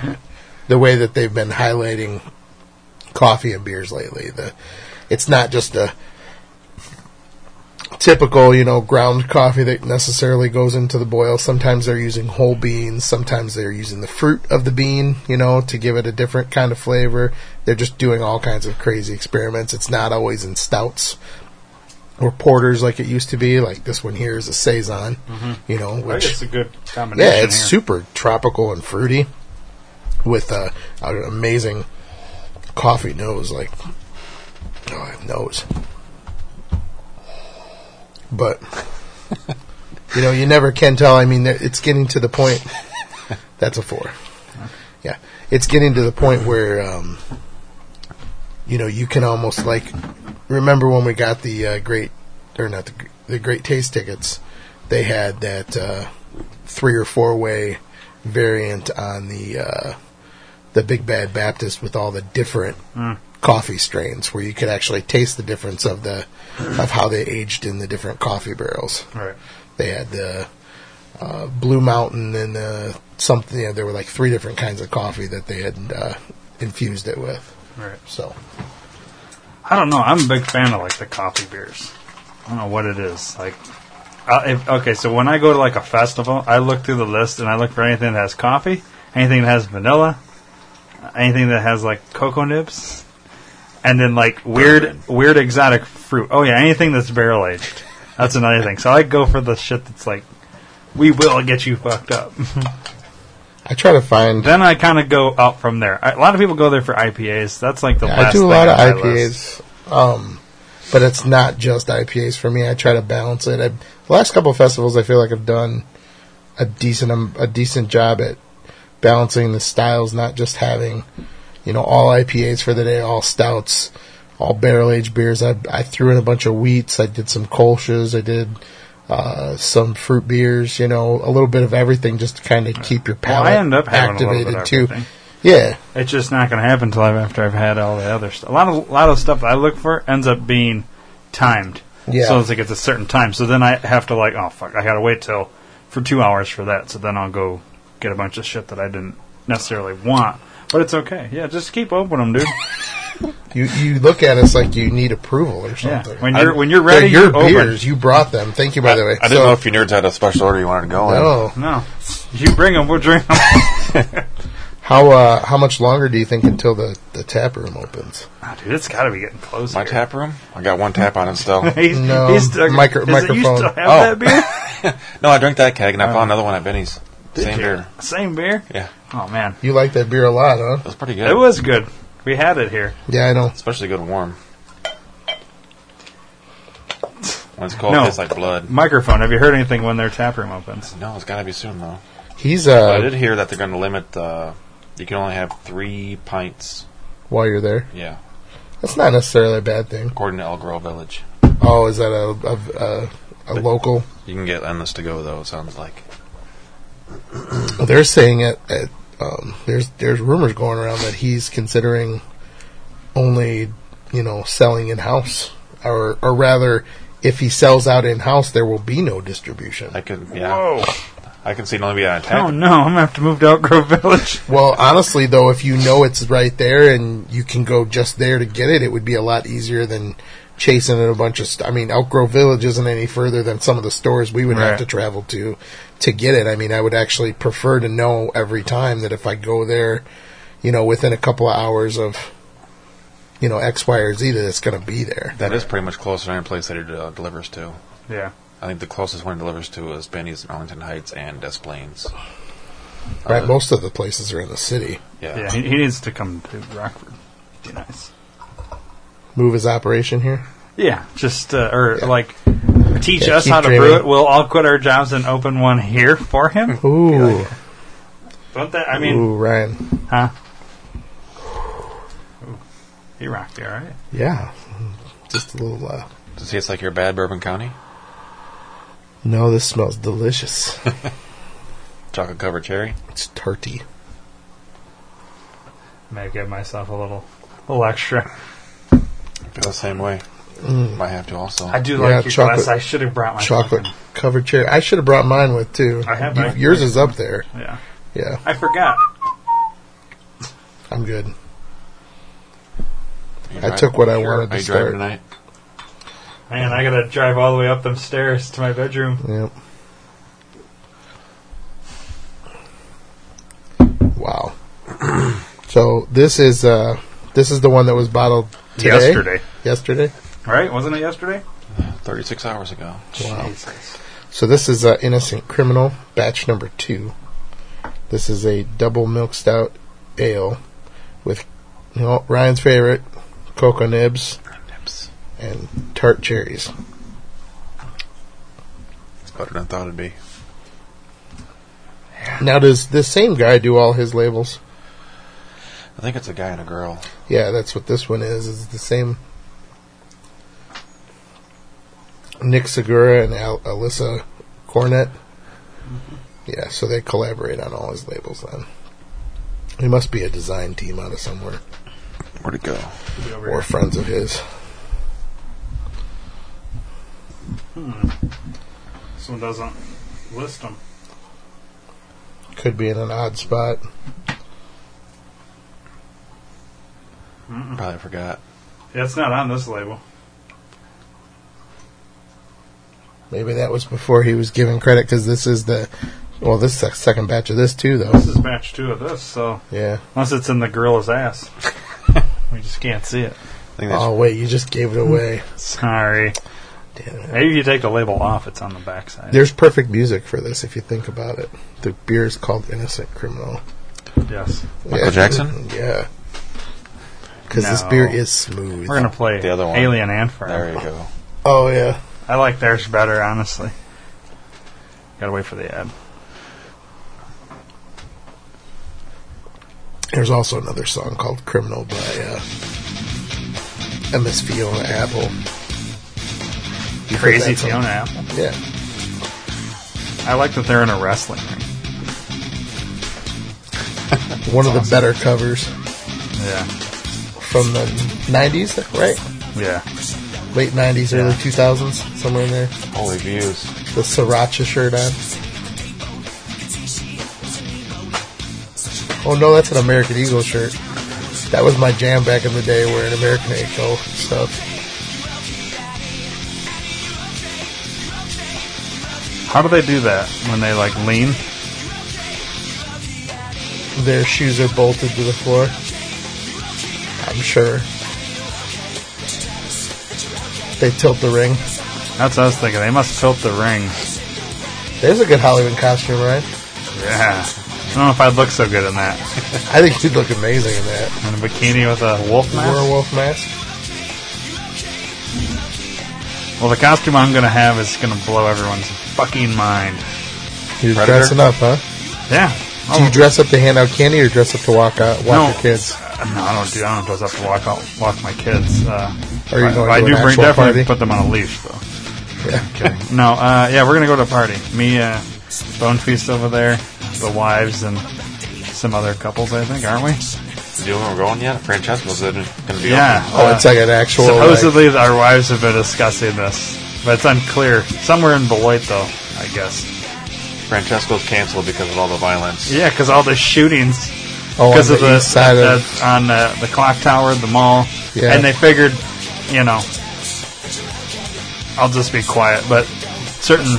Speaker 1: the way that they've been highlighting coffee and beers lately. The it's not just a typical, you know, ground coffee that necessarily goes into the boil. Sometimes they're using whole beans, sometimes they're using the fruit of the bean, you know, to give it a different kind of flavor. They're just doing all kinds of crazy experiments. It's not always in stouts or porters like it used to be. Like this one here is a saison, you know,
Speaker 2: I think
Speaker 1: which
Speaker 2: it's a good combination.
Speaker 1: yeah, it's
Speaker 2: here.
Speaker 1: super tropical and fruity with uh, an amazing coffee nose. Like, oh, I have nose. But, you know, you never can tell. I mean, there- it's getting to the point. That's a four. Yeah. It's getting to the point where, um, you know, you can almost like. Remember when we got the uh, great, or not the, gr- the great taste tickets? They had that. Uh, three or four way variant on the uh, the Big Bad Baptist with all the different coffee strains, where you could actually taste the difference of the of how they aged in the different coffee barrels.
Speaker 2: Right.
Speaker 1: They had the uh, Blue Mountain and uh, something. You know, there were like three different kinds of coffee that they had uh, infused it with.
Speaker 2: Right.
Speaker 1: So
Speaker 2: I don't know. I'm a big fan of like the coffee beers. I don't know what it is. Like, uh, if, okay, so when I go to like a festival, I look through the list and I look for anything that has coffee, anything that has vanilla, anything that has like cocoa nibs, and then like weird, weird exotic fruit. Oh yeah, anything that's barrel aged. That's another thing. So I go for the shit that's like, we will get you fucked up.
Speaker 1: I try to find.
Speaker 2: then I kind of go up from there. I, a lot of people go there for IPAs. That's like the last.
Speaker 1: I do a
Speaker 2: thing
Speaker 1: lot of
Speaker 2: on my list.
Speaker 1: IPAs, um, but it's not just IPAs for me. I try to balance it. I, the last couple of festivals, I feel like I've done a decent um, a decent job at balancing the styles, not just having you know all IPAs for the day, all stouts, all barrel aged beers. I I threw in a bunch of wheats. I did some kolsch's. I did. Uh, some fruit beers, you know, a little bit of everything just to kind of keep your
Speaker 2: Well,
Speaker 1: palate
Speaker 2: I end up having a little
Speaker 1: activated
Speaker 2: bit of
Speaker 1: too.
Speaker 2: everything.
Speaker 1: Yeah,
Speaker 2: It's just not going to happen until I've, after I've had all the other stuff. A lot of a lot of stuff I look for ends up being timed.
Speaker 1: Yeah.
Speaker 2: So it's like it's a certain time. So then I have to like, oh fuck, I got to wait till for two hours for that. So then I'll go get a bunch of shit that I didn't necessarily want. But it's okay. Yeah, just keep opening them, dude.
Speaker 1: You you look at us like you need approval or
Speaker 2: Yeah.
Speaker 1: something.
Speaker 2: When you're
Speaker 3: I-
Speaker 2: when you're
Speaker 1: They're
Speaker 2: ready,
Speaker 1: your
Speaker 2: you open.
Speaker 1: beers. You brought them. Thank you, by the way.
Speaker 3: I didn't know if you nerds had a special order you wanted to go in.
Speaker 1: No.
Speaker 2: No, you bring them, we'll drink them.
Speaker 1: How uh, how much longer do you think until the, the tap room opens?
Speaker 2: Ah, dude, it's got to be getting close.
Speaker 3: My
Speaker 2: here.
Speaker 3: tap room? I got one tap on it still. no,
Speaker 2: He's,
Speaker 1: No,
Speaker 2: he's stuck-
Speaker 1: micro-
Speaker 2: is it- you
Speaker 1: microphone.
Speaker 2: still have
Speaker 3: Oh.
Speaker 2: that beer?
Speaker 3: I drank that keg and I
Speaker 2: Oh.
Speaker 3: found another one at Benny's. Same
Speaker 2: you?
Speaker 3: beer.
Speaker 2: Same beer?
Speaker 3: Yeah,
Speaker 2: Oh man,
Speaker 1: You like that beer a lot,
Speaker 3: it
Speaker 1: huh?
Speaker 3: was pretty good.
Speaker 2: it was good. We had it here.
Speaker 1: Yeah, I know.
Speaker 3: especially good warm. When it's cold,
Speaker 2: No.
Speaker 3: it tastes like blood.
Speaker 2: Microphone. Have you heard anything when their tap room opens?
Speaker 3: No, it's gotta be soon though.
Speaker 1: He's
Speaker 3: But I
Speaker 1: uh
Speaker 3: did hear that they're gonna limit. Uh, you can only have three pints.
Speaker 1: while you're there.
Speaker 3: Yeah,
Speaker 1: That's not necessarily a bad thing.
Speaker 3: according to El Grove Village,
Speaker 1: Oh, is that a a, a, a local?
Speaker 3: you can get endless to go though. It sounds like.
Speaker 1: Well, they're saying it. At, um, there's there's rumors going around that he's considering only you know selling in house, or or rather, if he sells out in house, there will be no distribution.
Speaker 3: I could. Yeah,
Speaker 2: Whoa!
Speaker 3: I can see it only be on a tap.
Speaker 2: Oh no, I'm gonna have to move to Elk Grove Village.
Speaker 1: Well, honestly, though, if you know it's right there and you can go just there to get it, it would be a lot easier than chasing in a bunch of. St- I mean, Elk Grove Village isn't any further than some of the stores we would
Speaker 2: Right.
Speaker 1: have to travel to to get it. I mean, I would actually prefer to know every time that if I go there, you know, within a couple of hours of, you know, X, Y, or Z, that it's going to be there.
Speaker 3: That is pretty much closer to any place that it uh, delivers to.
Speaker 2: Yeah,
Speaker 3: I think the closest one it delivers to is Benny's in Arlington Heights and Des Plaines.
Speaker 1: Right?
Speaker 3: Uh,
Speaker 1: Most of the places are in the city.
Speaker 3: Yeah.
Speaker 2: yeah. He, he needs to come to Rockford. Be nice.
Speaker 1: Move his operation here.
Speaker 2: Yeah, just uh, or
Speaker 1: Yeah.
Speaker 2: like teach
Speaker 1: Yeah,
Speaker 2: us
Speaker 1: keep
Speaker 2: how to brew
Speaker 1: dreaming.
Speaker 2: it. We'll all quit our jobs and open one here for him.
Speaker 1: Ooh,
Speaker 2: Don't that? I mean,
Speaker 1: ooh, Ryan.
Speaker 2: huh? Ooh. He rocked you, all right?
Speaker 1: Yeah, just a little. Uh,
Speaker 3: Does it taste like your bad Bourbon County?
Speaker 1: no, this smells delicious.
Speaker 3: Chocolate covered cherry?
Speaker 1: It's tarty.
Speaker 2: May give myself a little, little extra.
Speaker 3: I feel the same way.
Speaker 1: Mm.
Speaker 3: Might have to also.
Speaker 2: I do
Speaker 1: Yeah,
Speaker 2: like your
Speaker 1: chocolate-
Speaker 2: glass. I should have brought my
Speaker 1: Chocolate
Speaker 2: fucking-
Speaker 1: covered cherry. I should have brought mine with too.
Speaker 2: I have
Speaker 1: You-
Speaker 2: mine.
Speaker 1: yours is up there.
Speaker 2: Yeah,
Speaker 1: Yeah,
Speaker 2: I forgot.
Speaker 1: I'm good.
Speaker 3: You
Speaker 1: I took what I wanted to
Speaker 3: Are you driving
Speaker 1: start.
Speaker 3: tonight?
Speaker 2: Man, I gotta drive all the way up them stairs to my bedroom.
Speaker 1: Yep. Wow. so this is uh this is the one that was bottled today?
Speaker 2: Yesterday,
Speaker 1: Yesterday.
Speaker 2: right? Wasn't it yesterday?
Speaker 3: 36 hours ago.
Speaker 1: Wow.
Speaker 2: Jesus.
Speaker 1: So this is uh, Innocent Criminal, batch number two. This is a double milk stout ale with you know, Ryan's favorite cocoa nibs
Speaker 3: Nips.
Speaker 1: and tart cherries.
Speaker 3: It's better than I thought it'd be.
Speaker 1: Now, does this same guy do all his labels?
Speaker 3: I think it's a guy and a girl.
Speaker 1: Yeah, that's what this one is. Is the same. Nick Segura and Al- Alyssa Cornett. Yeah, so they collaborate on all his labels. Then he must be a design team out of somewhere,
Speaker 3: Where'd it go?
Speaker 2: We'll be over
Speaker 1: or
Speaker 2: here.
Speaker 1: friends of his.
Speaker 2: This one doesn't list them.
Speaker 1: Could be in an odd spot.
Speaker 3: Probably forgot.
Speaker 2: Yeah, it's not on this label.
Speaker 1: Maybe that was before he was given credit because this is the well, this is the second batch of this too, though.
Speaker 2: This is batch two of this, so
Speaker 1: Yeah.
Speaker 2: unless it's in the gorilla's ass, we just can't see it.
Speaker 3: I think that's
Speaker 1: Oh wait, you just gave it away.
Speaker 2: Sorry.
Speaker 1: Damn it.
Speaker 2: Maybe if you take the label off, it's on the backside.
Speaker 1: There's perfect music for this if you think about it. The beer is called Innocent Criminal.
Speaker 2: Yes.
Speaker 3: Michael Jackson?
Speaker 1: Yeah. Because this
Speaker 2: No.
Speaker 1: beer is smooth.
Speaker 2: We're gonna play
Speaker 3: The other one.
Speaker 2: Alien and Firm.
Speaker 3: There you go.
Speaker 1: oh yeah.
Speaker 2: I like theirs better, honestly. Gotta wait for the ad.
Speaker 1: There's also another song called Criminal by uh, MS Fiona Apple. You heard
Speaker 2: Crazy
Speaker 1: that song?
Speaker 2: Fiona Apple.
Speaker 1: Yeah.
Speaker 2: I like that they're in a wrestling ring.
Speaker 1: One of the better covers
Speaker 2: Yeah.
Speaker 1: from the 90s, right?
Speaker 2: Yeah.
Speaker 1: Late 90s, early 2000s, somewhere in there.
Speaker 3: Holy views.
Speaker 1: The Sriracha shirt on. Oh no, that's an American Eagle shirt. That was my jam back in the day, wearing American Eagle stuff.
Speaker 2: How do they do that when they like lean?
Speaker 1: Their shoes are bolted to the floor. I'm sure. They tilt the ring.
Speaker 2: That's what I was thinking. They must tilt the ring.
Speaker 1: There's a good Halloween costume, right?
Speaker 2: Yeah. I don't know if I'd look so good in that.
Speaker 1: I think you'd look amazing in that
Speaker 2: In a bikini with a wolf mask.
Speaker 1: werewolf mask.
Speaker 2: Well, the costume I'm gonna have is gonna blow everyone's fucking mind.
Speaker 1: You're
Speaker 3: Predator?
Speaker 1: dressing up, huh?
Speaker 2: Yeah.
Speaker 1: Do you dress up to hand out candy or dress up to walk out, walk
Speaker 2: Oh, No.
Speaker 1: your kids?
Speaker 2: Uh, No, I don't do. I don't dress up to walk out, walk my kids. Uh,
Speaker 1: Are you
Speaker 2: if
Speaker 1: going to
Speaker 2: I, if I
Speaker 1: an
Speaker 2: do bring
Speaker 1: actual
Speaker 2: definitely
Speaker 1: party?
Speaker 2: put them on a leash though.
Speaker 1: Yeah.
Speaker 2: Kidding. no, uh, yeah, we're gonna go to a party. Me, uh, Bone Feast over there, the wives, and some other couples. I think, aren't we?
Speaker 3: Do you know where we're going yet? Francesco's going to be
Speaker 2: Yeah.
Speaker 3: open.
Speaker 1: Oh,
Speaker 2: uh,
Speaker 1: it's like an actual. like-
Speaker 2: Supposedly, our wives have been discussing this, but it's unclear. Somewhere in Beloit, though, I guess.
Speaker 3: Francesco's canceled because of all the violence.
Speaker 2: Yeah, because all the shootings
Speaker 1: oh, on
Speaker 2: because
Speaker 1: the,
Speaker 2: of the,
Speaker 1: east side
Speaker 2: at
Speaker 1: of.
Speaker 2: the- on the, the clock tower, the mall,
Speaker 1: Yeah.
Speaker 2: and they figured, you know, I'll just be quiet. But certain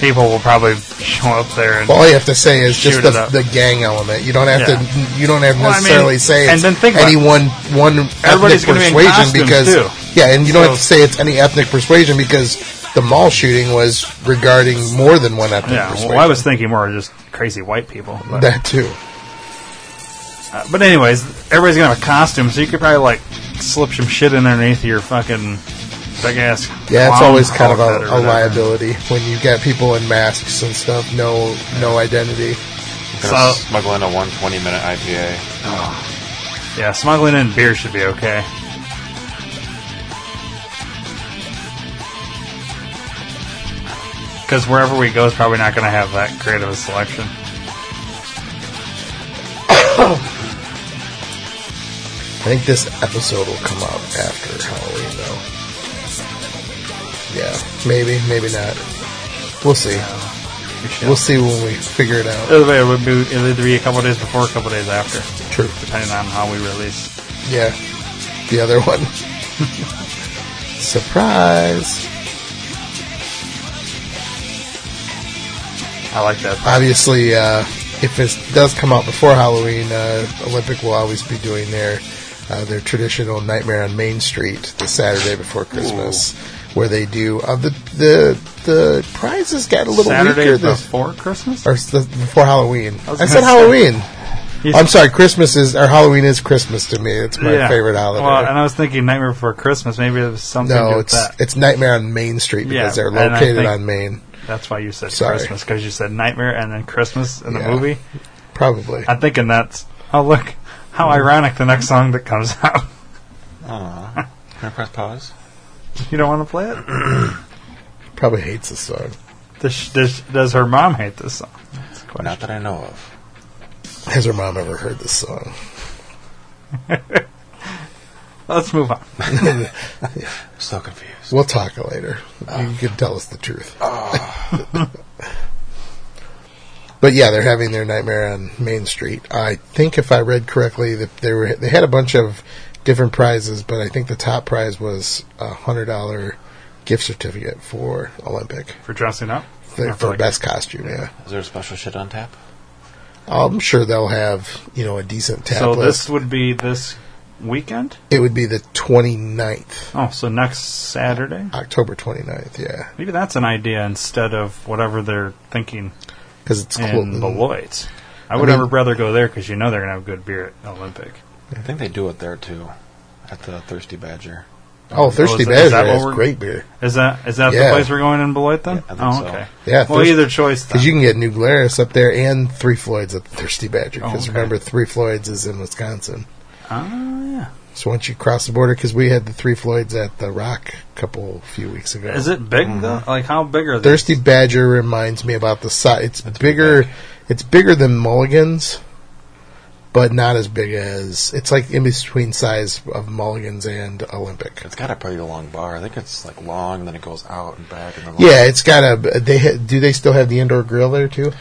Speaker 2: people will probably show up there and
Speaker 1: Well, all you have to say is just
Speaker 2: Shoot
Speaker 1: the,
Speaker 2: it up.
Speaker 1: the gang element. You don't have to. You don't have to
Speaker 2: Well, I mean,
Speaker 1: necessarily say
Speaker 2: and
Speaker 1: it's
Speaker 2: then think about
Speaker 1: any
Speaker 2: it.
Speaker 1: one one
Speaker 2: Everybody's
Speaker 1: ethnic
Speaker 2: gonna be in
Speaker 1: persuasion
Speaker 2: costumes,
Speaker 1: because
Speaker 2: too.
Speaker 1: yeah, and you don't have to
Speaker 2: So-
Speaker 1: say it's any ethnic persuasion because the mall shooting was regarding more than one ethnic
Speaker 2: yeah.
Speaker 1: persuasion.
Speaker 2: Well, I was thinking more just crazy white people. But,
Speaker 1: that too.
Speaker 2: uh, but anyways, everybody's gonna have a costume, so you could probably like slip some shit in underneath your fucking big ass.
Speaker 1: Yeah, it's
Speaker 2: clown
Speaker 1: always kind of a,
Speaker 2: outfit or
Speaker 1: a
Speaker 2: whatever.
Speaker 1: liability when you get people in masks and stuff, no no identity.
Speaker 2: So-
Speaker 3: Gonna smuggle in a 120 minute IPA.
Speaker 2: Yeah, smuggling in beer should be okay. Because wherever we go is probably not going to have that creative a selection.
Speaker 1: I think this episode will come out after Halloween, though. Yeah, maybe, maybe not. We'll see. We'll see when we figure it out.
Speaker 2: Either way, it would be it'll either be a couple days before, a couple days after,
Speaker 1: True.
Speaker 2: depending on how we release.
Speaker 1: Yeah. The other one. Surprise!
Speaker 2: I like that.
Speaker 1: Obviously, uh, if it does come out before Halloween, uh, Olympic will always be doing their uh, their traditional Nightmare on Main Street the Saturday before Christmas, where they do uh, the the the prizes got a little
Speaker 2: Saturday
Speaker 1: weaker this
Speaker 2: before Christmas.
Speaker 1: or s- the, before Halloween.
Speaker 2: was
Speaker 1: I, said
Speaker 2: gonna say-
Speaker 1: Halloween.
Speaker 2: You-
Speaker 1: I'm sorry, Christmas is or Halloween is Christmas to me. It's my
Speaker 2: Yeah.
Speaker 1: favorite holiday.
Speaker 2: Well, and I was thinking Nightmare Before Christmas. Maybe there's something to
Speaker 1: no,
Speaker 2: do with
Speaker 1: it's
Speaker 2: that.
Speaker 1: it's Nightmare on Main Street
Speaker 2: Yeah,
Speaker 1: because they're
Speaker 2: and I
Speaker 1: located
Speaker 2: think-
Speaker 1: on Main.
Speaker 2: That's why you said
Speaker 1: Sorry.
Speaker 2: Christmas because you said Nightmare and then Christmas in
Speaker 1: Yeah.
Speaker 2: the movie.
Speaker 1: Probably.
Speaker 2: I'm thinking that's oh look
Speaker 1: Hmm.
Speaker 2: how ironic the next song that comes out.
Speaker 3: Aw. Can I press pause?
Speaker 2: You don't want to play it?
Speaker 1: Probably hates this song.
Speaker 2: Does, does, does her mom hate this song? That's the
Speaker 3: Not
Speaker 2: question.
Speaker 3: that I know of.
Speaker 1: Has her mom ever heard this song?
Speaker 2: Let's move on.
Speaker 3: So confused.
Speaker 1: We'll talk later. You
Speaker 2: Ah.
Speaker 1: can tell us the truth. but yeah, they're having their nightmare on Main Street. I think if I read correctly, that they were they had a bunch of different prizes, but I think the top prize was a hundred dollar gift certificate for Olympic
Speaker 2: For dressing up?
Speaker 1: for,
Speaker 2: Or
Speaker 1: for
Speaker 2: like-
Speaker 1: best costume. Yeah,
Speaker 3: Is there special shit on tap?
Speaker 1: I'm sure they'll have you know a decent tab
Speaker 2: So
Speaker 1: list.
Speaker 2: this would be this weekend?
Speaker 1: it would be the 29th,
Speaker 2: Oh, so next Saturday?
Speaker 1: October 29th. Yeah,
Speaker 2: Maybe that's an idea instead of whatever they're thinking
Speaker 1: because it's
Speaker 2: in
Speaker 1: Clinton.
Speaker 2: Beloit. I would
Speaker 1: mean-
Speaker 2: ever rather go there because you know they're going to have good beer at Olympic.
Speaker 3: I think they do it there too, at the Thirsty Badger.
Speaker 1: Oh, Thirsty
Speaker 2: is that- is
Speaker 1: Badger
Speaker 2: that what
Speaker 1: has
Speaker 2: we're-
Speaker 1: great beer.
Speaker 2: Is that is that
Speaker 1: Yeah.
Speaker 2: the place we're going in Beloit then?
Speaker 3: Yeah, I think
Speaker 2: oh,
Speaker 3: so.
Speaker 2: okay.
Speaker 1: Yeah,
Speaker 2: Well,
Speaker 1: Thirst-
Speaker 2: either choice. Then.
Speaker 1: Because you can get New Glarus up there and Three Floyds at the Thirsty Badger.
Speaker 2: Oh,
Speaker 1: Because
Speaker 2: okay.
Speaker 1: remember, Three Floyds is in Wisconsin.
Speaker 2: oh, yeah.
Speaker 1: So once you cross the border, because we had the Three Floyds at the Rock a couple few weeks ago.
Speaker 2: Is it big though?
Speaker 1: Mm-hmm.
Speaker 2: Like how big are they?
Speaker 1: Thirsty Badger reminds me about the size. It's bigger. It's bigger than Mulligan's, but not as big as. It's like in between size of Mulligan's and Olympic.
Speaker 3: It's got a pretty long bar. I think it's like long, then it goes out and back. And then
Speaker 1: Yeah, it's got a. They ha- do they still have the indoor grill there too?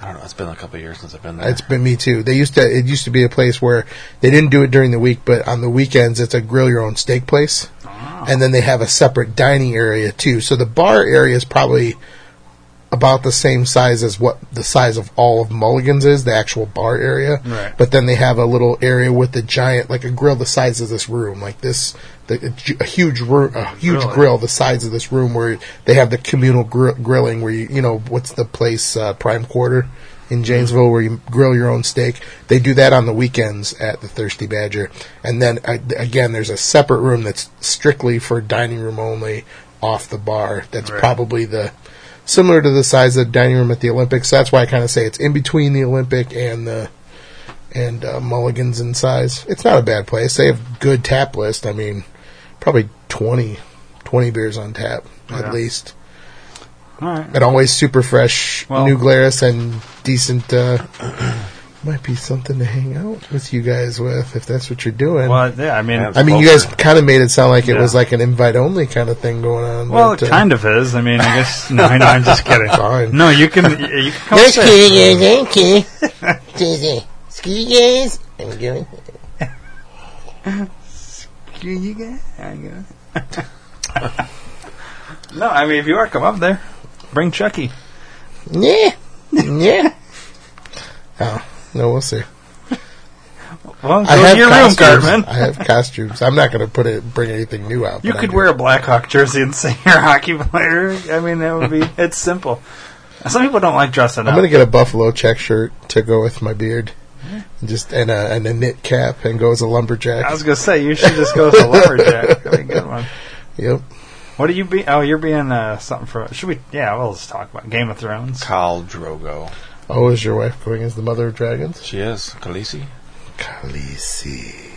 Speaker 3: I I don't know. It's been a couple of years since I've been there.
Speaker 1: It's been me too. They used to. It used to be a place where they didn't do it during the week, but on the weekends it's a grill your own steak place, and then they have a separate dining area too. So the bar area is probably about the same size as what the size of all of Mulligan's is, the actual bar area.
Speaker 2: Right.
Speaker 1: But then they have a little area with the giant, like a grill the size of this room, like this, the, a, ju- a huge room, a huge
Speaker 2: Really?
Speaker 1: grill the size of this room where they have the communal gr- grilling where you, you know, what's the place, uh, Prime Quarter
Speaker 2: Mm-hmm.
Speaker 1: in Janesville where you grill your own steak. They do that on the weekends at the Thirsty Badger. And then uh, again, there's a separate room that's strictly for dining room only off the bar. That's
Speaker 2: Right.
Speaker 1: probably the, similar to the size of the dining room at the Olympics. So that's why I kind of say it's in between the Olympic and the and uh, Mulligan's in size. It's not a bad place. They have good tap list. I mean, probably 20, 20 beers on tap
Speaker 2: Yeah.
Speaker 1: at least,
Speaker 2: All right.
Speaker 1: and always super fresh,
Speaker 2: Well-
Speaker 1: new Glarus and decent. Uh, might be something to hang out with you guys with if that's what you're doing.
Speaker 2: Well, yeah, I mean,
Speaker 3: Yeah.
Speaker 1: I mean, you guys kind of made it sound like it
Speaker 2: Yeah.
Speaker 1: was like an invite only kind of thing going on.
Speaker 2: well, it
Speaker 1: but, uh,
Speaker 2: kind of is. I mean, I guess. No, no, I'm just kidding.
Speaker 1: Fine.
Speaker 2: No, you can. You can come
Speaker 7: Thank
Speaker 2: sit.
Speaker 7: you, thank you. Thank you. Ski guys, I'm going.
Speaker 2: No, I mean, if you are, come up there. Bring Chucky.
Speaker 1: Yeah. Yeah. oh, no, we'll see.
Speaker 2: Well, go
Speaker 1: I have
Speaker 2: to your
Speaker 1: costumes.
Speaker 2: room, Cartman.
Speaker 1: I have costumes. I'm not going to put it, bring anything new out.
Speaker 2: You
Speaker 1: but I
Speaker 2: could
Speaker 1: do.
Speaker 2: wear a Blackhawk jersey and say you're a hockey player. I mean, that would be. it's simple. Some people don't like dressing
Speaker 1: I'm
Speaker 2: up.
Speaker 1: going to get a buffalo check shirt to go with my beard, and just and a and a knit cap, and go as a lumberjack.
Speaker 2: I was gonna say you should just go as a lumberjack. That'd be a good one.
Speaker 1: yep.
Speaker 2: What are you be? Oh, you're being uh, something for. Should we? Yeah, we'll just talk about Game of Thrones.
Speaker 3: Khal Drogo.
Speaker 1: Oh, is your wife going as the mother of dragons?
Speaker 3: She is Khaleesi,
Speaker 1: Khaleesi.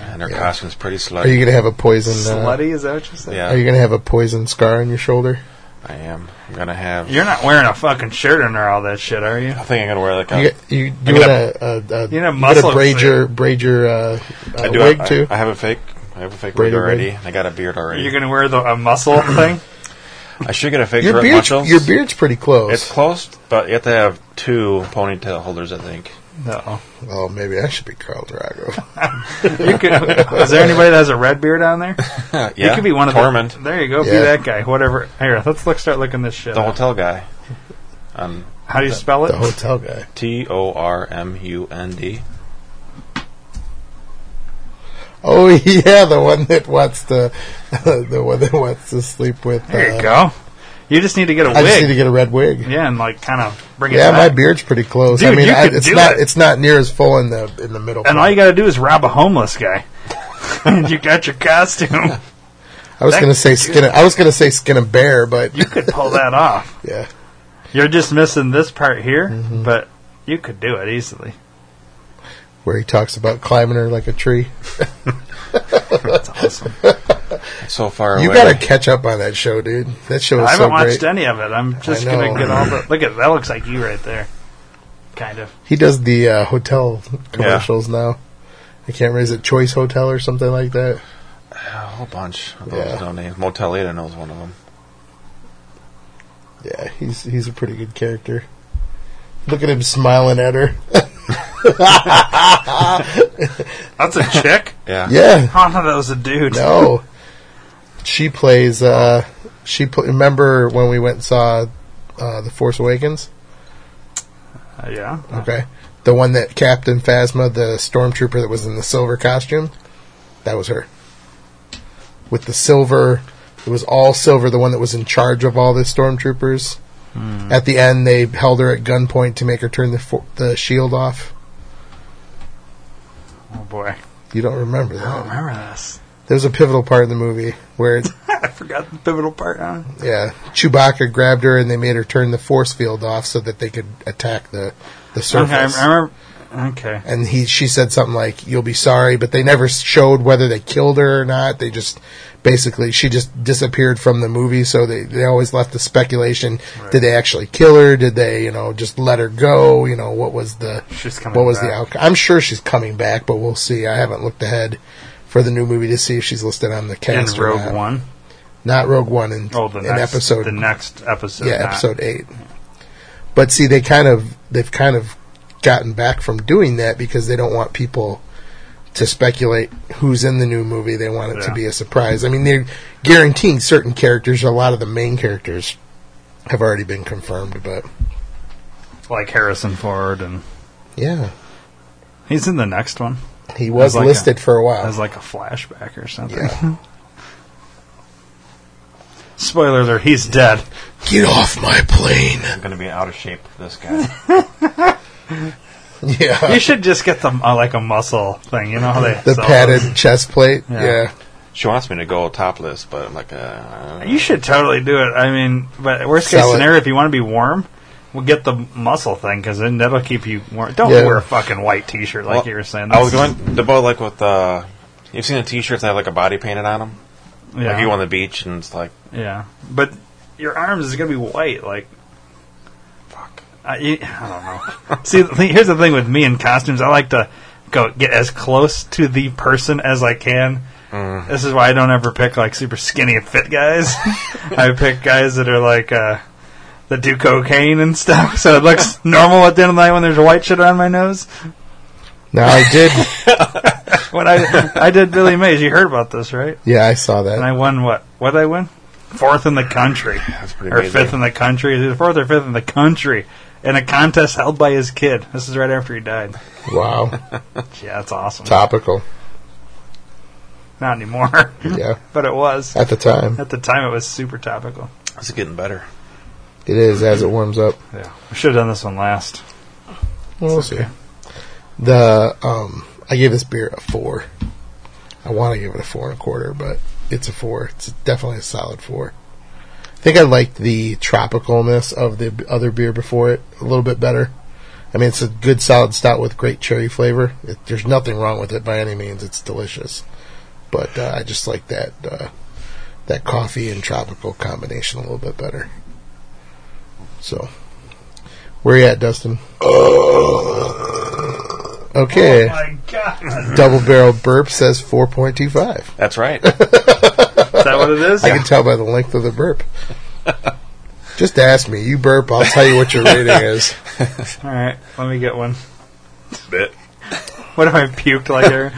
Speaker 3: and her
Speaker 1: Yeah.
Speaker 3: costume's pretty
Speaker 1: Are you
Speaker 3: slutty.
Speaker 1: going to have a poison? Uh,
Speaker 2: Slutty, is that what you said?
Speaker 3: Yeah,
Speaker 1: are you going to have a poison scar on your shoulder?
Speaker 3: I am. I'm gonna have.
Speaker 2: You're not wearing a fucking shirt under all that shit, are you?
Speaker 3: I think I'm gonna wear like a.
Speaker 1: You get, you do
Speaker 3: gonna-
Speaker 1: a, a, a you
Speaker 2: gonna
Speaker 1: get a
Speaker 2: muscle it,
Speaker 1: braid your braid your uh, uh,
Speaker 3: I do.
Speaker 1: wig
Speaker 3: I,
Speaker 1: too.
Speaker 3: I have a fake. I have a fake
Speaker 1: Brady
Speaker 3: beard already.
Speaker 1: wig.
Speaker 3: I got a beard
Speaker 2: Are
Speaker 3: already.
Speaker 2: you gonna wear the, a muscle thing?
Speaker 3: I should get a fake
Speaker 1: your
Speaker 3: Brett
Speaker 1: beard's
Speaker 3: Mitchell.
Speaker 1: your beard's pretty close.
Speaker 3: It's close, but you have to have two ponytail holders. I think.
Speaker 2: No.
Speaker 1: Oh, maybe I should be Carl Drago.
Speaker 2: You could, is there anybody that has a red beard on there?
Speaker 3: yeah,
Speaker 2: You could be one of
Speaker 3: Tormund,
Speaker 2: the. There you go. Be
Speaker 1: Yeah.
Speaker 2: that guy. Whatever. Here, let's look. Start looking this shit.
Speaker 3: the
Speaker 2: up.
Speaker 3: hotel guy. Um,
Speaker 2: How do you spell it?
Speaker 1: the hotel guy.
Speaker 3: T O R M U N D.
Speaker 1: Oh yeah, the one that wants to, the one that wants to sleep with.
Speaker 2: There you
Speaker 1: uh,
Speaker 2: go. You just need to get a
Speaker 1: I just need to
Speaker 2: wig.
Speaker 1: get a red wig.
Speaker 2: Yeah, and like kind of bring it
Speaker 1: Yeah, my
Speaker 2: back.
Speaker 1: beard's pretty close. I
Speaker 2: Dude,
Speaker 1: mean,
Speaker 2: you
Speaker 1: I,
Speaker 2: could
Speaker 1: it's
Speaker 2: do
Speaker 1: not
Speaker 2: it.
Speaker 1: it's not near as full in the in the middle.
Speaker 2: and all you got to do is rob a homeless guy. and you got your costume.
Speaker 1: I was
Speaker 2: that-
Speaker 1: gonna say skin. A, I was gonna say skin a bear, but
Speaker 2: You could pull that off.
Speaker 1: yeah,
Speaker 2: You're just missing this part here,
Speaker 1: Mm-hmm.
Speaker 2: but you could do it easily.
Speaker 1: where he talks about climbing her like a tree.
Speaker 2: That's awesome.
Speaker 3: So far
Speaker 1: You
Speaker 3: away.
Speaker 1: gotta catch up on that show, dude. That show
Speaker 2: I
Speaker 1: is
Speaker 2: haven't
Speaker 1: so
Speaker 2: watched
Speaker 1: great.
Speaker 2: any of it. I'm just
Speaker 1: know.
Speaker 2: gonna get all the. Look at that. Looks like you right there. Kind of.
Speaker 1: He does the uh, hotel commercials now. I can't raise it. Choice Hotel or something like that.
Speaker 3: a whole bunch of
Speaker 1: Yeah.
Speaker 3: those no names. Motel 8, I know is one of them.
Speaker 1: Yeah, he's he's a pretty good character. Look at him smiling at her.
Speaker 2: That's a chick.
Speaker 3: Yeah.
Speaker 1: Yeah.
Speaker 2: oh no, that was a dude.
Speaker 1: No. She plays. Uh, she pl- remember when we went and saw uh, the Force Awakens?
Speaker 2: Uh, yeah.
Speaker 1: Okay, the one that Captain Phasma, the stormtrooper that was in the silver costume, that was her. With the silver, it was all silver. The one that was in charge of all the stormtroopers. At the end, they held her at gunpoint to make her turn the fo- the shield off.
Speaker 2: Oh boy.
Speaker 1: You don't remember
Speaker 2: I
Speaker 1: that?
Speaker 2: don't remember this.
Speaker 1: There's a pivotal part in the movie where it's
Speaker 2: I forgot the pivotal part. Huh?
Speaker 1: Yeah, Chewbacca grabbed her and they made her turn the force field off so that they could attack the the
Speaker 2: Okay.
Speaker 1: surface.
Speaker 2: I remember. Okay.
Speaker 1: and he she said something like "You'll be sorry," but they never showed whether they killed her or not. They just basically she just disappeared from the movie, so they they always left the speculation: did they actually kill her? Did they you know just let her go? You know what was the
Speaker 2: She's coming
Speaker 1: what was
Speaker 2: back.
Speaker 1: the outcome? I'm sure she's coming back, but we'll see. I haven't looked ahead. For the new movie to see if she's listed on the
Speaker 2: In
Speaker 1: cast, or
Speaker 2: Rogue
Speaker 1: not.
Speaker 2: One.
Speaker 1: not Rogue One, in,
Speaker 2: Oh, the
Speaker 1: in
Speaker 2: next
Speaker 1: episode
Speaker 2: The next episode.
Speaker 1: yeah,
Speaker 2: not-
Speaker 1: episode eight. But see, they kind of they've kind of gotten back from doing that because they don't want people to speculate who's in the new movie. They want it to
Speaker 2: Yeah.
Speaker 1: be a surprise. I mean, they're guaranteeing certain characters. A lot of the main characters have already been confirmed, but
Speaker 2: like Harrison Ford, and
Speaker 1: yeah,
Speaker 2: he's in the next one
Speaker 1: he was
Speaker 2: As like
Speaker 1: listed
Speaker 2: a-
Speaker 1: for a while.
Speaker 2: as like a flashback or something.
Speaker 1: Uh, Yeah.
Speaker 2: Spoiler alert: he's dead.
Speaker 1: Get off my plane!
Speaker 3: I'm going to be out of shape, this guy.
Speaker 1: Yeah,
Speaker 2: You should just get the uh, like a muscle thing. You know how they
Speaker 1: the
Speaker 2: sell those?
Speaker 1: padded chest plate.
Speaker 2: uh, Yeah.
Speaker 1: yeah.
Speaker 3: she wants me to go topless, but I'm like, uh,
Speaker 2: You should totally do it. I mean, but worst case
Speaker 1: Sell it.
Speaker 2: scenario, if you want to be warm, we'll get the muscle thing because then that'll keep you warm. Don't
Speaker 1: Yeah.
Speaker 2: wear a fucking white T-shirt like
Speaker 3: Well,
Speaker 2: you were saying.
Speaker 3: I was
Speaker 2: That's-
Speaker 3: going to boat like with uh, you've seen the T-shirts that have like a body painted on them.
Speaker 2: Yeah,
Speaker 3: Like you go on the beach and it's like,
Speaker 2: yeah, but your arms is gonna be white. Like,
Speaker 3: fuck.
Speaker 2: I, you- I don't know. See, the thing- here's the thing with me in costumes. I like to go get as close to the person as I can. This is why I don't ever pick like super skinny and fit guys. I pick guys that are like uh, that do cocaine and stuff, so it looks normal at the end of the night when there's white shit on my nose.
Speaker 1: Now I did.
Speaker 2: When I I did Billy Mays, you heard about this, right?
Speaker 1: yeah, I saw that.
Speaker 2: And I won what? What did I win? Fourth in the country.
Speaker 3: That's pretty
Speaker 2: or
Speaker 3: amazing.
Speaker 2: fifth in the country. Either fourth or fifth in the country in a contest held by his kid. This is right after he died.
Speaker 1: wow,
Speaker 2: Yeah, that's awesome.
Speaker 1: topical.
Speaker 2: Not anymore,
Speaker 1: Yeah,
Speaker 2: but it was
Speaker 1: at the time
Speaker 2: at the time. It was super topical.
Speaker 3: It's getting better.
Speaker 1: it is as it warms up.
Speaker 2: Yeah, we should have done this one last.
Speaker 1: We'll see. The um, I gave this beer a four. I want to give it a four and a quarter, but it's a four. It's definitely a solid four. I think I liked the tropicalness of the b- other beer before it a little bit better. I mean, it's a good solid stout with great cherry flavor. It, there's nothing wrong with it by any means. It's delicious, but uh, I just like that uh, that coffee and tropical combination a little bit better. So, where you at, Dustin? Okay.
Speaker 2: Oh, my god,
Speaker 1: Double barrel burp says 4.25.
Speaker 3: That's right.
Speaker 2: is that what it is?
Speaker 1: I can tell by the length of the burp. Just ask me. You burp, I'll tell you what your rating is.
Speaker 2: All right, let me get one.
Speaker 3: Bit.
Speaker 2: What if I puked like her?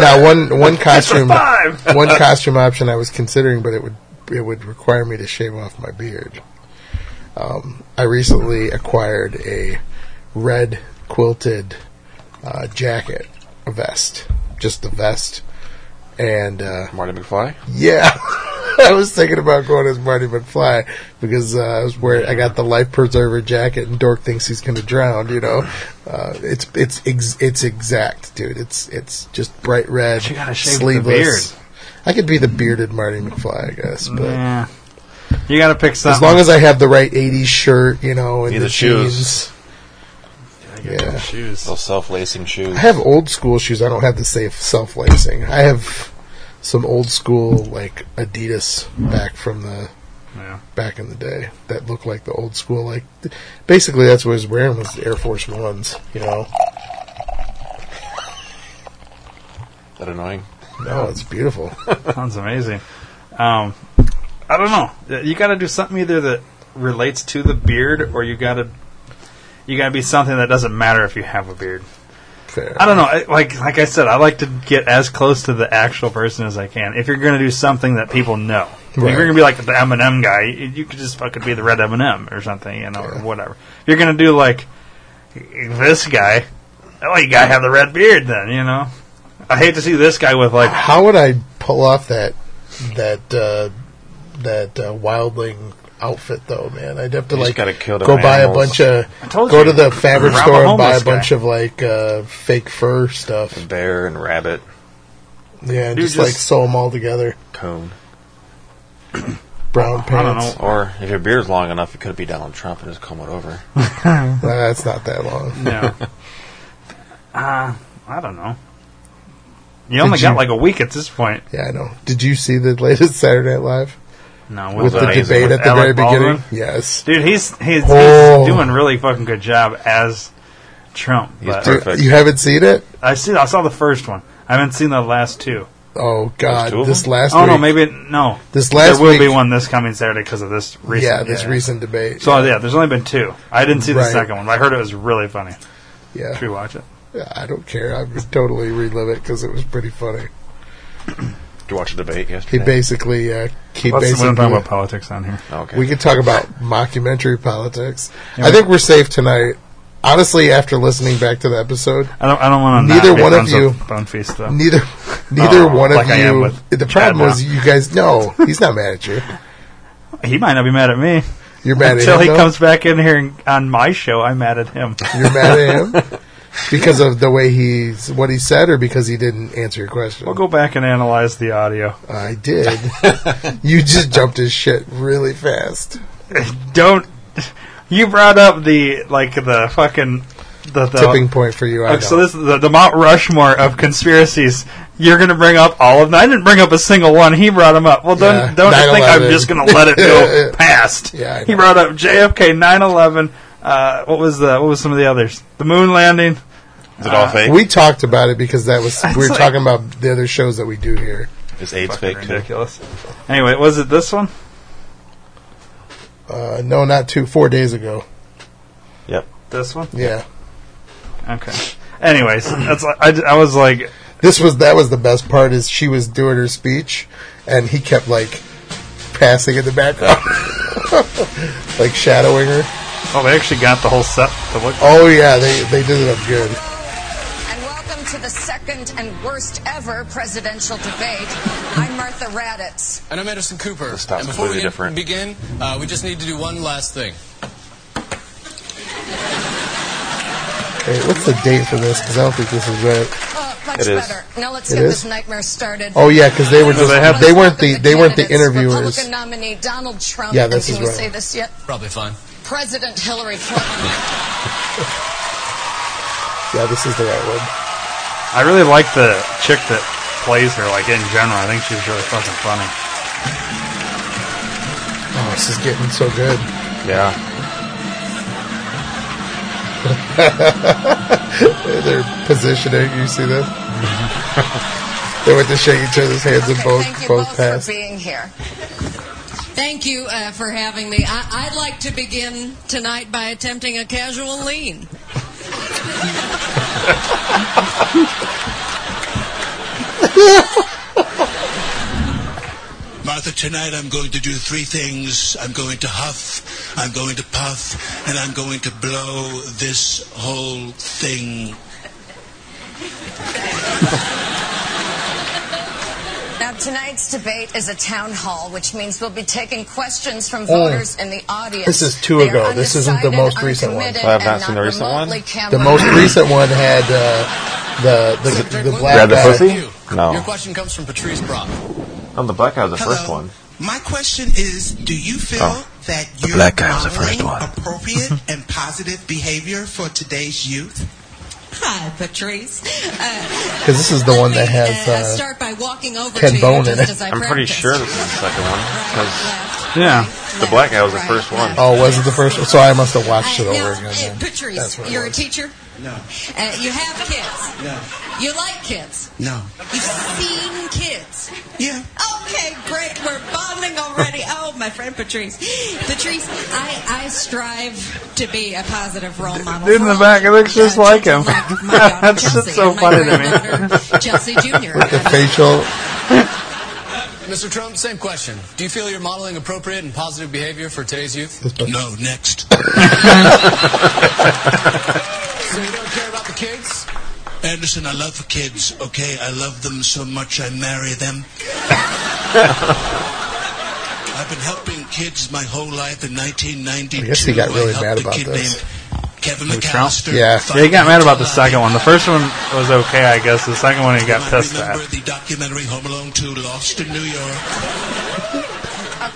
Speaker 1: Now, one one costume
Speaker 2: Five.
Speaker 1: one costume option I was considering, but it would it would require me to shave off my beard. Um, I recently acquired a red quilted uh, jacket, a vest, just the vest, and uh,
Speaker 3: Marty McFly.
Speaker 1: Yeah, I was thinking about going as Marty McFly because uh, I was wearing. I got the life preserver jacket, and Dork thinks he's going to drown. You know, uh, it's it's ex- it's exact, dude. It's it's just bright red,
Speaker 2: you gotta shave the
Speaker 1: sleeveless. I could be the bearded Marty McFly, I guess, but
Speaker 2: Yeah, you got to pick something.
Speaker 1: as long as I have the right '80s shirt, you know, and
Speaker 3: Need
Speaker 1: the,
Speaker 3: the shoes.
Speaker 1: jeans. Yeah.
Speaker 2: shoes.
Speaker 3: Those self-lacing shoes.
Speaker 1: I have old school shoes. I don't have the safe self lacing. I have some old school like Adidas back from the
Speaker 2: Yeah.
Speaker 1: back in the day that looked like the old school. Like th- basically, that's what I was wearing was Air Force Ones. You know,
Speaker 3: That annoying.
Speaker 1: oh, it's beautiful.
Speaker 2: Sounds amazing. Um, I don't know. Uh, You got to do something either that relates to the beard, or you got to you got to be something that doesn't matter if you have a beard.
Speaker 1: Fair.
Speaker 2: I don't know. I, like like I said, I like to get as close to the actual person as I can. If you're going to do something that people know, if you're
Speaker 1: Right.
Speaker 2: going to be like the Eminem guy, you, you could just fucking be the red Eminem or something, you know, or whatever. If you're going to do like this guy, oh, you got to have the red beard, then you know. I hate to see this guy with like
Speaker 1: How would I pull off that that uh, that uh, wildling outfit though, man? I'd have to
Speaker 3: You just
Speaker 1: like
Speaker 3: gotta kill them
Speaker 1: go buy a
Speaker 3: animals.
Speaker 1: bunch of
Speaker 2: told
Speaker 1: go
Speaker 2: you.
Speaker 1: to the fabric
Speaker 2: Rob a
Speaker 1: store and buy a
Speaker 2: homeless
Speaker 1: bunch
Speaker 2: guy.
Speaker 1: of like uh, fake fur stuff.
Speaker 3: Bear and rabbit.
Speaker 1: Yeah, and
Speaker 2: Dude,
Speaker 1: just, like
Speaker 2: just-
Speaker 1: sew them all together.
Speaker 3: Cone.
Speaker 1: Brown
Speaker 2: I don't
Speaker 1: pants.
Speaker 2: know.
Speaker 3: Or if your beard's long enough, it could be Donald Trump and just comb it over.
Speaker 1: Nah, it's not that long.
Speaker 2: No. uh, I don't know. You only
Speaker 1: Did
Speaker 2: got
Speaker 1: you-
Speaker 2: like a week at this point.
Speaker 1: Yeah, I know. Did you see the latest Saturday Night Live
Speaker 2: No,
Speaker 1: with the
Speaker 3: amazing.
Speaker 1: debate
Speaker 2: with
Speaker 1: at the
Speaker 2: Alec
Speaker 1: very
Speaker 2: Baldwin?
Speaker 1: beginning? Yes.
Speaker 2: Dude, he's he's,
Speaker 1: Oh.
Speaker 2: he's doing really fucking good job as Trump.
Speaker 3: He's
Speaker 2: But
Speaker 3: perfect.
Speaker 1: You haven't seen it?
Speaker 2: I see. I saw the first one. I haven't seen the last two.
Speaker 1: Oh
Speaker 3: two
Speaker 1: God!
Speaker 3: of
Speaker 1: This
Speaker 3: them?
Speaker 1: last
Speaker 2: Oh
Speaker 1: week,
Speaker 2: no, maybe no.
Speaker 1: this last
Speaker 2: there will
Speaker 1: week,
Speaker 2: be one this coming Saturday because of this recent.
Speaker 1: yeah, this recent debate.
Speaker 2: So yeah, there's only been two. I didn't see the
Speaker 1: Right.
Speaker 2: second one. But I heard it was really funny.
Speaker 1: yeah,
Speaker 2: Should we watch it?
Speaker 1: I don't care. I would totally relive it because it was pretty funny.
Speaker 3: Did you watch the debate
Speaker 1: He
Speaker 3: yesterday? Oh,
Speaker 1: basically, uh, he
Speaker 2: Let's, we
Speaker 1: basically,
Speaker 2: don't talk about politics on here.
Speaker 3: Okay.
Speaker 1: we could talk about mockumentary politics.
Speaker 2: Yeah,
Speaker 1: I
Speaker 2: we-
Speaker 1: think we're safe tonight. Honestly, after listening back to the episode,
Speaker 2: I don't. I don't want to.
Speaker 1: Neither
Speaker 2: not be
Speaker 1: one of
Speaker 2: Bunzo-
Speaker 1: you-
Speaker 2: Bone feast though.
Speaker 1: neither, neither
Speaker 2: Oh,
Speaker 1: one of
Speaker 2: like I am
Speaker 1: you.
Speaker 2: with
Speaker 1: The
Speaker 2: Chad
Speaker 1: problem
Speaker 2: now.
Speaker 1: was you guys. No, he's not mad at you.
Speaker 2: he might not be mad at me
Speaker 1: You're mad
Speaker 2: until
Speaker 1: at him.
Speaker 2: he
Speaker 1: though?
Speaker 2: comes back in here and, on my show. I'm mad at him.
Speaker 1: You're mad at him because of the way he's what he said, or because he didn't answer your question.
Speaker 2: We'll go back and analyze the audio.
Speaker 1: I did. you just jumped his shit really fast.
Speaker 2: Don't. You brought up the like the fucking the, the
Speaker 1: Tipping point for you. I
Speaker 2: Okay, so
Speaker 1: know.
Speaker 2: this is the, the Mount Rushmore of conspiracies. You're going to bring up all of them. I didn't bring up a single one. He brought them up. Well,
Speaker 1: Yeah,
Speaker 2: don't don't just think I'm
Speaker 1: 9/11.
Speaker 2: just going to let it go past.
Speaker 1: Yeah, I know.
Speaker 2: he brought up JFK, 9/11. Uh, what was the what was some of the others? The moon landing.
Speaker 3: Is it all fake?
Speaker 1: uh, we talked about it because that was we were
Speaker 2: like-
Speaker 1: talking about the other shows that we do here.
Speaker 3: Is AIDS
Speaker 2: Fucking
Speaker 3: fake too?
Speaker 2: ridiculous. Anyway, was it this one?
Speaker 1: Uh, no, not two, four days ago.
Speaker 3: Yep.
Speaker 2: This one?
Speaker 1: Yeah,
Speaker 2: Okay. Anyways, that's like- I, I was like,
Speaker 1: this was that was the best part is she was doing her speech, and he kept like passing in the background, like shadowing her.
Speaker 2: oh, they actually got the whole set to look.
Speaker 1: Oh yeah, they they did it up good.
Speaker 8: And welcome to the second and worst ever presidential debate. I'm Martha Raddatz.
Speaker 4: And I'm Edison Cooper.
Speaker 3: This stuff's
Speaker 4: and before we
Speaker 3: completely different.
Speaker 4: begin, uh, we just need to do one last thing.
Speaker 1: Hey, what's the date for this? Because I don't think this is right.
Speaker 8: Oh, much
Speaker 3: It is.
Speaker 8: better. Now let's
Speaker 1: It
Speaker 8: get
Speaker 1: is?
Speaker 8: this nightmare started.
Speaker 1: Oh yeah, because they were just
Speaker 2: they
Speaker 1: they,
Speaker 2: have-
Speaker 1: weren't the they weren't the
Speaker 8: Candidates,
Speaker 1: interviewers.
Speaker 8: Republican nominee Donald Trump.
Speaker 1: Yeah,
Speaker 8: and
Speaker 1: this is
Speaker 8: Can we
Speaker 1: right.
Speaker 8: say this yet?
Speaker 4: Probably fine.
Speaker 8: President Hillary Clinton.
Speaker 1: Yeah, this is the right one.
Speaker 2: I really like the chick that plays her, like in general. I think she's really fucking funny.
Speaker 1: Oh, this is getting so good.
Speaker 3: Yeah.
Speaker 1: They're positioning. You see this? they went to shake each other's hands and
Speaker 8: Okay, thank
Speaker 1: both
Speaker 8: you
Speaker 1: both
Speaker 8: both
Speaker 1: passed.
Speaker 8: for being here. Thank you uh, for having me. I- I'd like to begin tonight by attempting a casual lean.
Speaker 9: Martha, tonight I'm going to do three things. I'm going to huff, I'm going to puff, and I'm going to blow this whole thing.
Speaker 8: Now, tonight's debate is a town hall, which means we'll be taking questions from voters in the audience.
Speaker 1: Oh, This is two
Speaker 8: They are
Speaker 1: ago. This isn't the
Speaker 8: undecided,
Speaker 1: most recent one.
Speaker 8: uncommitted,
Speaker 3: I have not
Speaker 8: and
Speaker 3: seen the recent one.
Speaker 8: remotely camera-
Speaker 1: The most recent one had uh, the the, the, black
Speaker 3: Grab the
Speaker 1: guy.
Speaker 3: pussy?
Speaker 4: You.
Speaker 3: No.
Speaker 4: Your question comes from Patrice Brock.
Speaker 3: Oh, the black guy was the first
Speaker 9: Hello.
Speaker 3: one.
Speaker 9: My question is, do you feel
Speaker 3: Oh.
Speaker 9: that
Speaker 4: The
Speaker 9: you're
Speaker 4: black guy was the
Speaker 9: modeling
Speaker 4: first one.
Speaker 9: appropriate and positive behavior for today's youth?
Speaker 8: Hi, Patrice. Uh,
Speaker 1: Because this is the one that has. Uh,
Speaker 8: start by walking over
Speaker 1: Ted
Speaker 8: to you
Speaker 1: Bone in
Speaker 8: just
Speaker 1: it.
Speaker 8: as I
Speaker 3: I'm pretty
Speaker 8: practiced.
Speaker 3: sure this is the second one because
Speaker 8: Left,
Speaker 2: Yeah.
Speaker 8: left,
Speaker 3: The black guy was the
Speaker 8: left,
Speaker 3: first one.
Speaker 8: left.
Speaker 1: oh, was it the first? one? So I must have watched
Speaker 8: Uh,
Speaker 1: it over
Speaker 8: now,
Speaker 1: again.
Speaker 8: uh,
Speaker 1: then. That's
Speaker 8: Patrice,
Speaker 1: what it
Speaker 8: you're a
Speaker 1: was.
Speaker 8: teacher.
Speaker 9: No,
Speaker 8: Uh, you have kids.
Speaker 9: no,
Speaker 8: You like kids.
Speaker 9: no.
Speaker 8: You've seen kids.
Speaker 9: Yeah.
Speaker 8: Okay, great. We're bonding already. Oh, my friend Patrice. Patrice, I, I strive to be a positive role model.
Speaker 2: Dude in the back, it looks just
Speaker 8: Uh,
Speaker 2: like
Speaker 8: children
Speaker 2: him.
Speaker 8: Like my daughter
Speaker 2: That's just
Speaker 8: Chelsea
Speaker 2: so
Speaker 8: and my
Speaker 2: funny to me.
Speaker 8: granddaughter Chelsea Jr.
Speaker 1: The facial.
Speaker 4: Mr. Trump, same question. Do you feel you're modeling appropriate and positive behavior for today's youth?
Speaker 9: No, next.
Speaker 4: So you don't care about the kids?
Speaker 9: Anderson, I love kids, okay? I love them so much I marry them. I've been helping kids my whole life in 1992.
Speaker 1: I guess he got really
Speaker 9: helped
Speaker 1: mad
Speaker 9: a
Speaker 1: about
Speaker 9: kid
Speaker 1: this.
Speaker 9: named Kevin
Speaker 2: Who, Trump?
Speaker 9: McAllister.
Speaker 1: Yeah.
Speaker 2: Yeah, he got mad about the second one. The first one was okay, I guess. The second one he got pissed
Speaker 9: remember
Speaker 2: at.
Speaker 9: the documentary Home Alone 2 Lost in New York?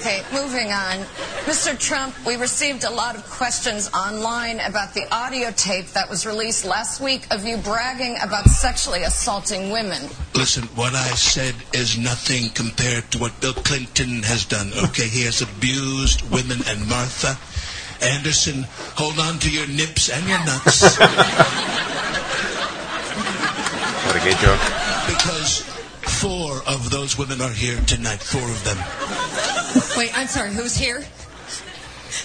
Speaker 8: Okay, moving on. Mr. Trump, we received a lot of questions online about the audio tape that was released last week of you bragging about sexually assaulting women.
Speaker 9: Listen, what I said is nothing compared to what Bill Clinton has done. Okay, he has abused women and Martha. Anderson, hold on to your nips and your nuts
Speaker 3: what a gay joke.
Speaker 9: because four of of those women are here tonight, four of them.
Speaker 8: Wait, I'm sorry, who's here?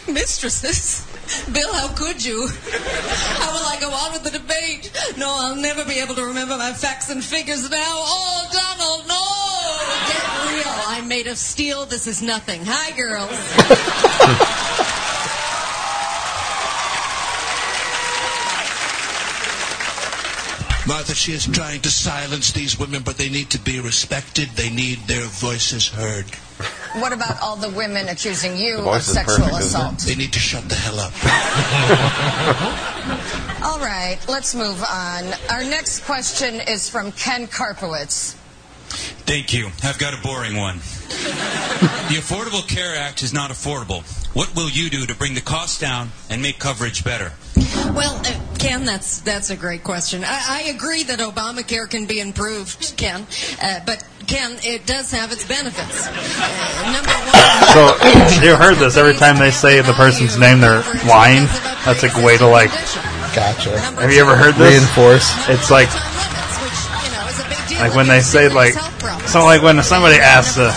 Speaker 8: Mistresses? Bill, how could you? How will I go on with the debate? No, I'll never be able to remember my facts and figures now. Oh, Donald, no! Get real. I'm made of steel. This is nothing. Hi, girls.
Speaker 9: Martha, she is trying to silence these women, but they need to be respected. They need their voices heard.
Speaker 8: What about all the women accusing you of
Speaker 3: voice is
Speaker 8: sexual
Speaker 3: perfect, isn't it?
Speaker 8: assault?
Speaker 9: They need to shut the hell up.
Speaker 8: All right, let's move on. Our next question is from Ken Karpowitz.
Speaker 10: Thank you. I've got a boring one. the Affordable Care Act is not affordable. What will you do to bring the cost down and make coverage better?
Speaker 8: Well, uh, Ken, that's that's a great question. I, I agree that Obamacare can be improved, Ken, uh, but Ken, it does have its benefits. Uh, number one.
Speaker 2: So you heard this every time they say the person's name, they're lying. That's a way to like.
Speaker 1: Gotcha.
Speaker 2: Have you ever heard this?
Speaker 1: Reinforce.
Speaker 2: It's like like when they say like. So like when somebody asks, uh,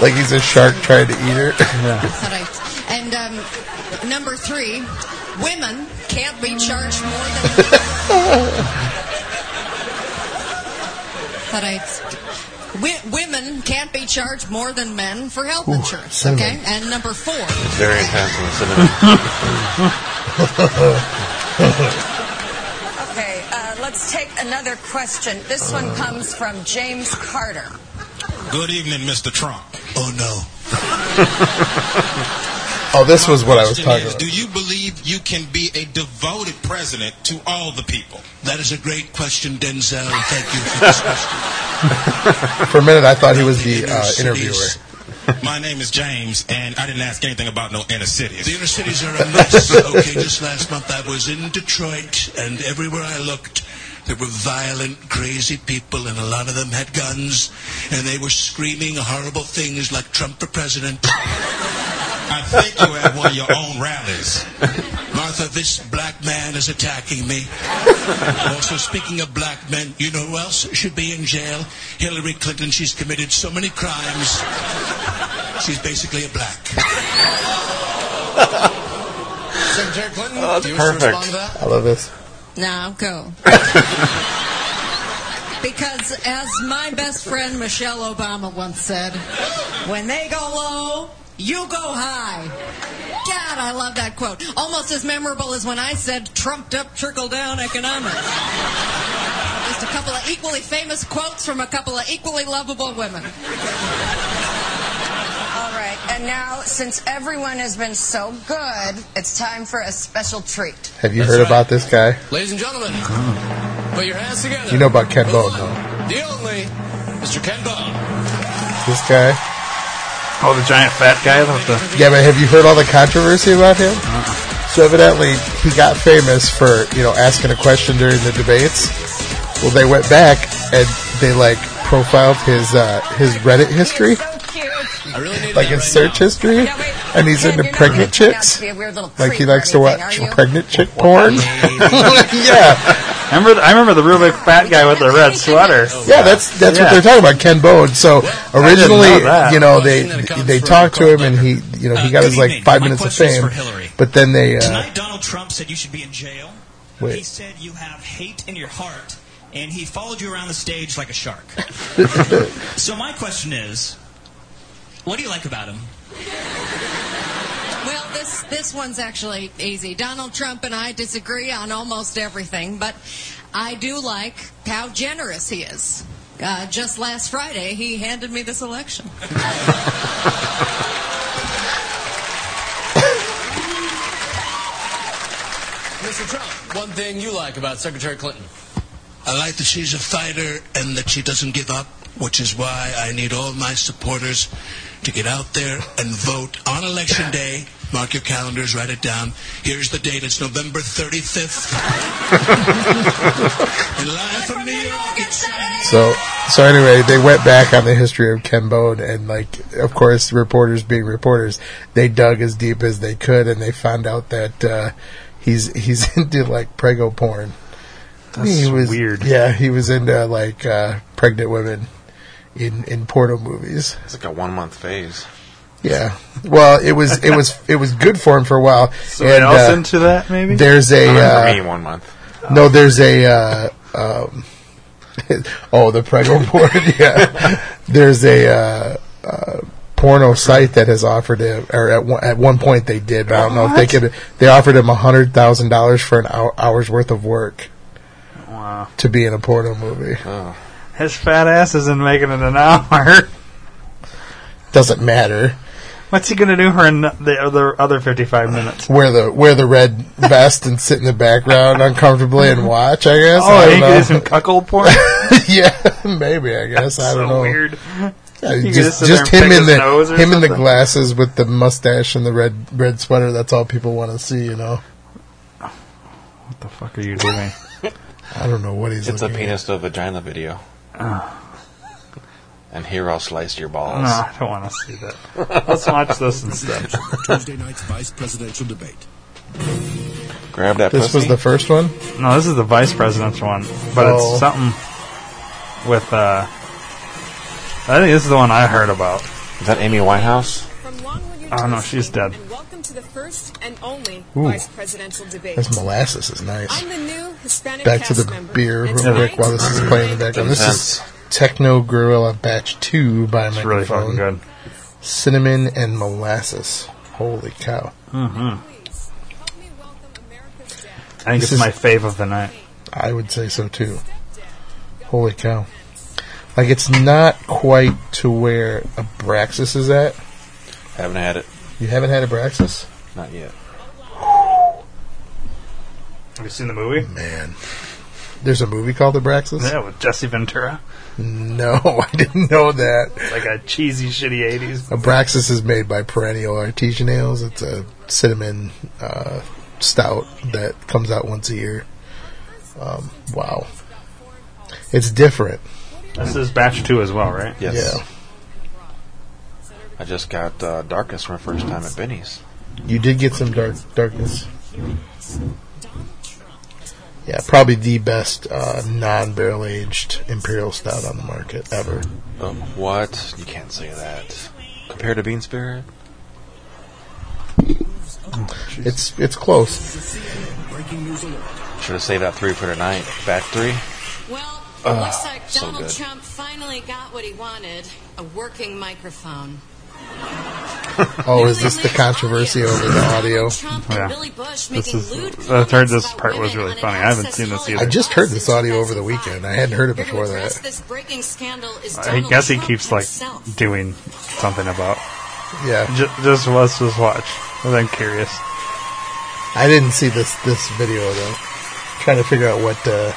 Speaker 1: Like he's a shark trying to eat her.
Speaker 8: All right. And um, number three, women can't be charged more than. All right. Wi- women can't be charged more than men for health insurance.
Speaker 1: cinnamon.
Speaker 8: Okay. And number four,
Speaker 3: It's very intense in the cinema.
Speaker 8: Okay, uh, let's take another question. This one comes from James Carter.
Speaker 9: Good evening, Mr. Trump. Oh, no.
Speaker 1: Oh, this was what I was
Speaker 9: Question
Speaker 1: talking
Speaker 9: is,
Speaker 1: about.
Speaker 9: Do you believe you can be a devoted president to all the people? That is a great question, Denzel. Thank you for this question.
Speaker 1: For a minute, I thought he was the
Speaker 9: Inner
Speaker 1: uh,
Speaker 9: cities.
Speaker 1: interviewer.
Speaker 9: My name is James, and I didn't ask anything about no inner cities. The inner cities are a mess. okay, just last month I was in Detroit, and everywhere I looked, there were violent, crazy people, and a lot of them had guns, and they were screaming horrible things like Trump for president. I think you had one of your own rallies. Martha, this black man is attacking me. also, speaking of black men, you know who else should be in jail? Hillary Clinton. She's committed so many crimes. She's basically a black. Secretary Clinton,
Speaker 1: Uh,
Speaker 3: Oh, that's
Speaker 9: do you
Speaker 3: perfect.
Speaker 9: wish to respond to that?
Speaker 1: I love this.
Speaker 8: Now go. because as my best friend Michelle Obama once said, when they go low, you go high. God, I love that quote. Almost as memorable as when I said trumped up trickle down economics. Just a couple of equally famous quotes from a couple of equally lovable women. All right, and now since everyone has been so good, it's time for a special treat.
Speaker 1: Have you
Speaker 4: That's
Speaker 1: heard
Speaker 4: right.
Speaker 1: about this guy?
Speaker 4: Ladies and gentlemen, put your hands together.
Speaker 1: You know about Ken
Speaker 4: The
Speaker 1: Bone,
Speaker 4: one, The only Mr. Ken Bone.
Speaker 1: This guy.
Speaker 2: oh, the giant fat guy with the
Speaker 1: Yeah, but have you heard all the controversy about him? So evidently, he got famous for you know asking a question during the debates. Well, they went back and they like profiled his uh, his Reddit history,
Speaker 8: Oh, So cute.
Speaker 4: I really need
Speaker 1: like his
Speaker 4: that right
Speaker 1: search
Speaker 4: now.
Speaker 1: history,
Speaker 8: Yeah, wait.
Speaker 1: and he's
Speaker 8: Ken,
Speaker 1: into
Speaker 8: you're not
Speaker 1: pregnant
Speaker 8: making out to
Speaker 1: chicks.
Speaker 8: be a weird little
Speaker 1: Like he
Speaker 8: creep or
Speaker 1: likes to
Speaker 8: anything,
Speaker 1: watch
Speaker 8: are you?
Speaker 1: pregnant chick porn. yeah.
Speaker 2: remember. The, I remember the real big fat guy with the red sweater.
Speaker 1: Yeah, that's that's
Speaker 2: Yeah.
Speaker 1: what they're talking about, Ken Bone. So originally,
Speaker 2: know that.
Speaker 1: you know, they
Speaker 4: Question that comes
Speaker 1: they
Speaker 4: from
Speaker 1: talked to
Speaker 4: Carl
Speaker 1: him, and he, you know, he
Speaker 10: Uh,
Speaker 1: got
Speaker 10: good
Speaker 1: his like
Speaker 10: evening.
Speaker 1: five
Speaker 10: My
Speaker 1: minutes of
Speaker 10: question is
Speaker 1: fame.
Speaker 10: for Hillary.
Speaker 1: But then they, uh,
Speaker 10: Tonight, Donald Trump said you should be in jail.
Speaker 1: Wait.
Speaker 10: He said you have hate in your heart, and he followed you around the stage like a shark. so my question is, what do you like about him?
Speaker 8: Well, this this one's actually easy. Donald Trump and I disagree on almost everything, but I do like how generous he is. Uh, just last Friday, he handed me this election.
Speaker 4: Mr. Trump, one thing you like about Secretary Clinton.
Speaker 9: I like that she's a fighter and that she doesn't give up, which is why I need all my supporters to get out there and vote on election day. Mark your calendars, write it down. Here's the date. It's November 35th. and live from New York, it's
Speaker 1: so so anyway, they went back on the history of Ken Bone, and like, of course, reporters being reporters, they dug as deep as they could, and they found out that uh, he's he's into like prego porn. he was
Speaker 2: weird.
Speaker 1: Yeah, he was into like uh, pregnant women in in porno movies.
Speaker 3: It's like a one month phase.
Speaker 1: Yeah. Well, it was it was it was good for him for a while.
Speaker 2: Someone
Speaker 1: And,
Speaker 2: else
Speaker 1: uh,
Speaker 2: into that, maybe?
Speaker 1: There's a
Speaker 3: Not
Speaker 1: uh,
Speaker 3: for me, one month.
Speaker 1: no. There's a uh, um, oh the preggo porn. Yeah. There's a uh, uh, porno site that has offered him, or at one, at one point they did, but I don't know if they could. They offered him hundred thousand dollars for an hour, hour's worth of work
Speaker 2: Wow.
Speaker 1: to be in a porno movie.
Speaker 3: Oh.
Speaker 2: His fat ass isn't making it an hour.
Speaker 1: Doesn't matter
Speaker 2: What's he gonna do for an- the other other fifty five minutes?
Speaker 1: wear the wear the red vest and sit in the background uncomfortably and watch. I guess. I
Speaker 2: Oh,
Speaker 1: don't
Speaker 2: he could do
Speaker 1: know.
Speaker 2: some cuckold porn.
Speaker 1: yeah, maybe I guess I
Speaker 2: so
Speaker 1: don't know.
Speaker 2: weird.
Speaker 1: Yeah,
Speaker 2: You could
Speaker 1: just
Speaker 2: sit there
Speaker 1: just him
Speaker 2: and pick
Speaker 1: in
Speaker 2: his
Speaker 1: the
Speaker 2: nose or
Speaker 1: him in the
Speaker 2: something.
Speaker 1: glasses with the mustache and the red red sweater. That's all people want to see. You know,
Speaker 2: What the fuck are you doing?
Speaker 1: I don't know what he's.
Speaker 3: It's a
Speaker 1: looking
Speaker 3: penis to vagina video. And here I'll slice your
Speaker 2: no,
Speaker 3: balls.
Speaker 2: I don't want to see that. Let's watch this instead.
Speaker 9: Tuesday night's vice presidential debate.
Speaker 3: Grab that
Speaker 1: At. This
Speaker 3: pussy.
Speaker 1: was the first one.
Speaker 2: No, this is the vice president's one, but
Speaker 1: Oh.
Speaker 2: it's something with. uh I think this is the one I heard about.
Speaker 3: Is that Amy Winehouse?
Speaker 1: Ah,
Speaker 2: Oh, no, she's dead.
Speaker 11: And welcome to the first and only
Speaker 1: Ooh.
Speaker 11: vice presidential debate.
Speaker 1: This molasses is nice.
Speaker 11: I'm the new Hispanic
Speaker 1: Back to
Speaker 11: cast
Speaker 1: the
Speaker 11: member,
Speaker 1: beer
Speaker 11: and
Speaker 1: real quick
Speaker 11: tonight-
Speaker 1: while this is playing in the background. This is Techno Gorilla Batch Two by
Speaker 2: It's really fucking
Speaker 1: Microphone.
Speaker 2: good.
Speaker 1: Cinnamon and molasses. Holy cow!
Speaker 11: Please, help me welcome America's dad,
Speaker 2: I think
Speaker 1: This
Speaker 2: it's
Speaker 1: is-
Speaker 2: my fave of the night.
Speaker 1: I would say so too. Holy cow! Like it's not quite to where Abraxas is at.
Speaker 3: Haven't had it.
Speaker 1: You haven't had Abraxas,
Speaker 3: Not yet.
Speaker 2: Have you seen the movie?
Speaker 1: man. There's a movie called Abraxas.
Speaker 2: Yeah, with Jesse Ventura.
Speaker 1: No, I didn't know that.
Speaker 2: It's like a cheesy, shitty '80s.
Speaker 1: Abraxas is made by Perennial Artesian Ales. It's a cinnamon uh, stout that comes out once a year. Um, wow, it's different.
Speaker 2: This is batch two as well, right?
Speaker 3: Yes.
Speaker 1: Yeah.
Speaker 3: I just got uh, Darkest for my first time at Benny's.
Speaker 1: You did get some dark darkness. Yeah, probably the best uh, non-barrel aged imperial stout on the market ever.
Speaker 3: Um, what? You can't say that. Compared to Bean Spirit?
Speaker 1: It's it's close.
Speaker 3: Should have saved that three for tonight. Back three?
Speaker 11: Well, it
Speaker 3: Ah,
Speaker 11: looks like
Speaker 3: so
Speaker 11: Donald
Speaker 3: good.
Speaker 11: Trump finally got what he wanted a working microphone.
Speaker 1: Oh, is this the controversy over the audio?
Speaker 11: Trump
Speaker 2: Yeah.
Speaker 11: and Billy Bush
Speaker 2: This
Speaker 11: making
Speaker 2: is-
Speaker 11: lewd
Speaker 2: I've heard
Speaker 11: comments
Speaker 2: this
Speaker 11: about
Speaker 2: part was
Speaker 11: women
Speaker 2: really
Speaker 11: on an
Speaker 2: funny. I haven't
Speaker 11: access
Speaker 2: seen this
Speaker 11: holiday
Speaker 2: either.
Speaker 1: I just heard this
Speaker 11: since
Speaker 1: audio over the
Speaker 11: 2005.
Speaker 1: weekend. I hadn't heard it
Speaker 11: Here to
Speaker 1: before
Speaker 11: address
Speaker 1: that.
Speaker 11: This breaking scandal is
Speaker 2: I
Speaker 11: Donald
Speaker 2: guess he
Speaker 11: Trump
Speaker 2: keeps like
Speaker 11: himself.
Speaker 2: doing something about.
Speaker 1: Yeah,
Speaker 2: Just, just let's just watch. I'm curious.
Speaker 1: I didn't see this this video though. Trying to figure out what uh,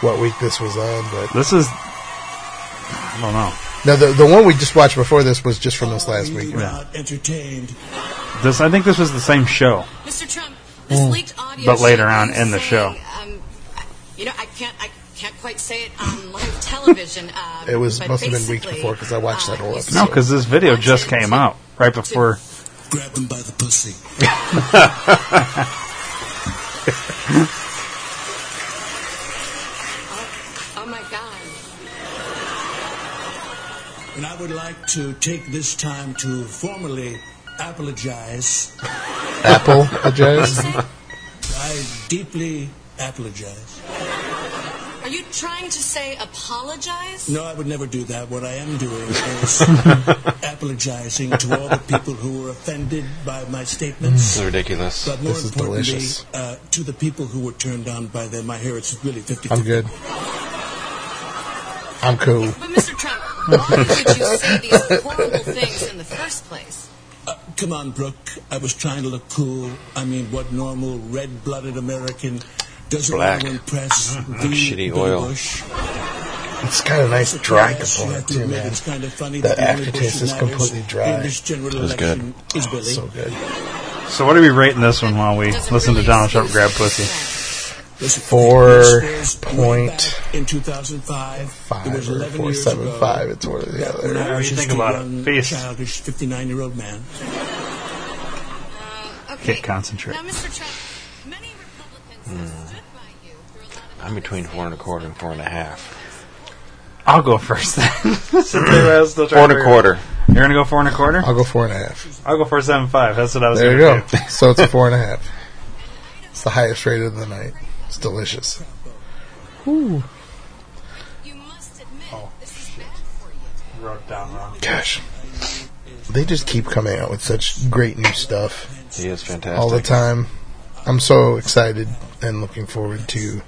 Speaker 1: what week this was on, but
Speaker 2: This is. I don't know.
Speaker 1: no, the the one we just watched before this was just from this last weekend.
Speaker 9: Not entertained.
Speaker 2: This I think this was the same show.
Speaker 11: Mr. Trump, this
Speaker 1: Mm.
Speaker 11: leaked audio.
Speaker 2: But later
Speaker 11: showed
Speaker 2: on
Speaker 11: you
Speaker 2: in the
Speaker 11: saying,
Speaker 2: show.
Speaker 11: Um, I- you know, I can't. I can't quite say it on live television. Um,
Speaker 1: It was
Speaker 11: but
Speaker 1: must have been weeks
Speaker 11: basically,
Speaker 1: before because I watched that
Speaker 11: uh,
Speaker 1: whole
Speaker 11: you
Speaker 1: episode.
Speaker 2: No, because this video just came out right before.
Speaker 9: Grab them by the pussy.
Speaker 11: Oh my God!
Speaker 9: And I would like to take this time to formally apologize.
Speaker 1: Apple, I guess.
Speaker 9: I deeply apologize.
Speaker 11: Are you trying to say apologize?
Speaker 9: No, I would never do that. What I am doing is apologizing to all the people who were offended by my statements.
Speaker 3: This is ridiculous.
Speaker 9: But more
Speaker 1: This is
Speaker 9: importantly,
Speaker 1: delicious.
Speaker 9: Uh, to the people who were turned on by them, I hear it's really 50
Speaker 1: I'm good. I'm cool.
Speaker 11: But Mr. Trump, why did you say these horrible things in the first place?
Speaker 9: Uh, come on, Brooke. I was trying to look cool. I mean, what normal red blooded American doesn't
Speaker 3: Black.
Speaker 9: want to impress the
Speaker 1: Ah,
Speaker 3: Shitty
Speaker 9: Billy
Speaker 3: oil.
Speaker 9: Bush?
Speaker 1: It's got a nice dry component too, man.
Speaker 9: It's kind of funny
Speaker 1: That
Speaker 9: the only
Speaker 1: aftertaste
Speaker 9: Bush
Speaker 1: is
Speaker 9: that
Speaker 1: completely
Speaker 9: matters
Speaker 1: dry.
Speaker 9: In this general
Speaker 3: It was good.
Speaker 9: election Is Billy.
Speaker 1: So good.
Speaker 2: So what are we rating this one while we
Speaker 11: Doesn't
Speaker 2: listen to
Speaker 11: really
Speaker 2: Donald Trump
Speaker 11: excuse
Speaker 2: grab pussy?
Speaker 9: Listen,
Speaker 1: Four
Speaker 9: this goes way
Speaker 1: point
Speaker 9: back in 2005.
Speaker 1: Five
Speaker 9: it was
Speaker 1: or
Speaker 9: 11
Speaker 1: four
Speaker 9: years
Speaker 1: seven
Speaker 9: ago,
Speaker 1: five. It's one or the
Speaker 9: When
Speaker 1: other.
Speaker 9: I
Speaker 2: Whatever
Speaker 9: was
Speaker 2: you
Speaker 9: just
Speaker 2: think
Speaker 9: a
Speaker 2: about it.
Speaker 9: young,
Speaker 2: Peace.
Speaker 9: childish 59 year old man.
Speaker 11: Okay.
Speaker 2: Can't concentrate.
Speaker 11: Now, Mr. Trump, many Republicans have stood by you through a lot of
Speaker 3: I'm between four and a quarter and four and a half.
Speaker 2: I'll go first then. Since I was still
Speaker 3: Four
Speaker 2: trying
Speaker 3: and
Speaker 2: to
Speaker 3: a
Speaker 2: figure it
Speaker 3: quarter.
Speaker 2: out. You're gonna go four and a quarter.
Speaker 1: I'll go four and a half.
Speaker 2: I'll go four seven five. That's what I was.
Speaker 1: There you
Speaker 2: gonna
Speaker 1: go.
Speaker 2: do.
Speaker 1: so it's a four and a half. It's the highest rated of the night. It's delicious. Ooh.
Speaker 2: Oh, Wrote down wrong.
Speaker 1: Gosh. They just keep coming out with such great new stuff.
Speaker 3: He is fantastic.
Speaker 1: all the time. I'm so excited and looking forward to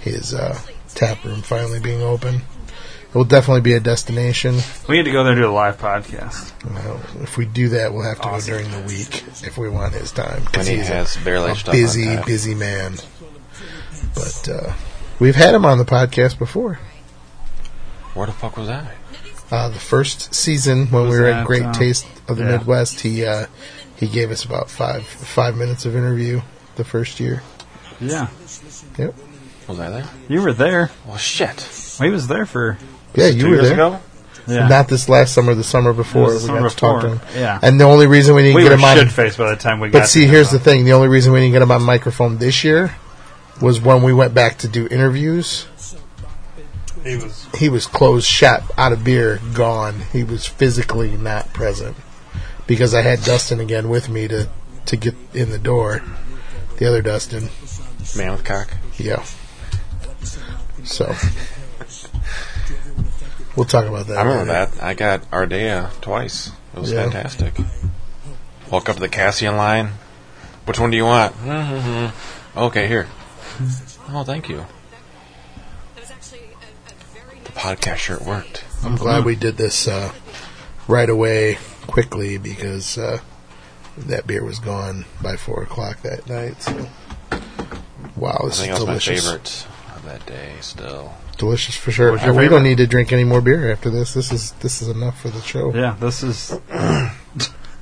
Speaker 1: his uh, tap room finally being open. It will definitely be a destination.
Speaker 2: We need to go there and do a live podcast.
Speaker 1: Well, if we do that, we'll have to go during the week if we want his time because
Speaker 3: When he
Speaker 1: he's
Speaker 3: has
Speaker 1: a,
Speaker 3: barely
Speaker 1: a
Speaker 3: stuff on
Speaker 1: busy,
Speaker 3: tap.
Speaker 1: busy man. But uh, we've had him on the podcast before.
Speaker 3: Where the fuck was I?
Speaker 1: Uh, the first season when
Speaker 3: Was
Speaker 1: we were
Speaker 3: that,
Speaker 1: at Great
Speaker 2: um,
Speaker 3: uh,
Speaker 1: Taste of the
Speaker 3: yeah.
Speaker 1: Midwest, he uh, he gave us about five five minutes of interview the first year.
Speaker 2: Yeah.
Speaker 1: Yep.
Speaker 3: Was I there?
Speaker 2: You were there.
Speaker 3: Well, shit.
Speaker 2: He was there for.
Speaker 1: Yeah, you
Speaker 2: two
Speaker 1: were
Speaker 2: years
Speaker 1: there.
Speaker 2: ago? Yeah.
Speaker 1: Not this last summer, the summer before.
Speaker 2: It was the
Speaker 1: we
Speaker 2: summer
Speaker 1: got to talk to him.
Speaker 2: before, yeah.
Speaker 1: And the only reason we didn't
Speaker 2: We
Speaker 1: get
Speaker 2: were
Speaker 1: him on.
Speaker 2: shit-faced by the time we
Speaker 1: but
Speaker 2: got
Speaker 1: see,
Speaker 2: to
Speaker 1: here's the thing. The only reason we didn't get him on microphone this year was when we went back to do interviews.
Speaker 2: He was.
Speaker 1: He was closed shop, out of beer, gone. He was physically not present because I had Dustin again with me to to get in the door. The other Dustin,
Speaker 3: Man with cock.
Speaker 1: yeah. So we'll talk about that.
Speaker 3: I remember
Speaker 1: later.
Speaker 3: that. I got Ardea twice. It was
Speaker 1: Yeah.
Speaker 3: fantastic. Walk up to the Cassian line. Which one do you want? Okay, here. Mm-hmm. Oh, thank you. The podcast shirt worked.
Speaker 1: I'm glad we did this uh, right away, quickly, because uh, that beer was gone by four o'clock that night. So. Wow,
Speaker 3: I
Speaker 1: this
Speaker 3: think
Speaker 1: is
Speaker 3: that was my
Speaker 1: delicious.
Speaker 3: favorite of that day. Still,
Speaker 1: Delicious for sure.
Speaker 2: What's your
Speaker 1: Uh, we
Speaker 2: favorite?
Speaker 1: don't need to drink any more beer after this. This is this is enough for the show.
Speaker 2: Yeah, this is.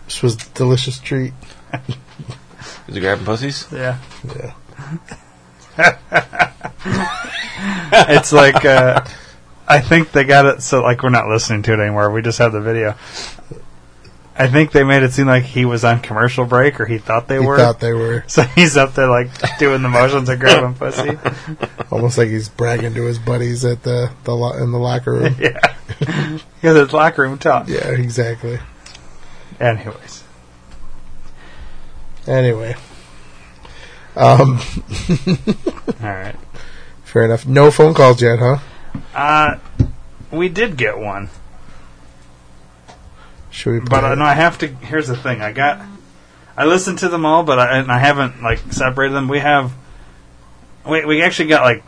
Speaker 1: This was a delicious treat.
Speaker 3: is it grabbing pussies?
Speaker 2: Yeah.
Speaker 1: Yeah.
Speaker 2: it's like uh, I think they got it so like we're not listening to it anymore. We just have the video. I think they made it seem like he was on commercial break, or he thought they
Speaker 1: He
Speaker 2: were.
Speaker 1: thought they were
Speaker 2: so he's up there like doing the motions of grabbing pussy.
Speaker 1: almost like he's bragging to his buddies at the the lo- in the locker room.
Speaker 2: yeah, because it's locker room talk.
Speaker 1: yeah, exactly.
Speaker 2: Anyways,
Speaker 1: Anyway, um,
Speaker 2: all right.
Speaker 1: fair enough. No phone calls yet, huh?
Speaker 2: Uh, we did get one,
Speaker 1: Should we?
Speaker 2: but uh,
Speaker 1: play
Speaker 2: I
Speaker 1: it?
Speaker 2: know I have to. Here's the thing: I got, I listened to them all, but I, and I haven't like separated them. We have, we we actually got like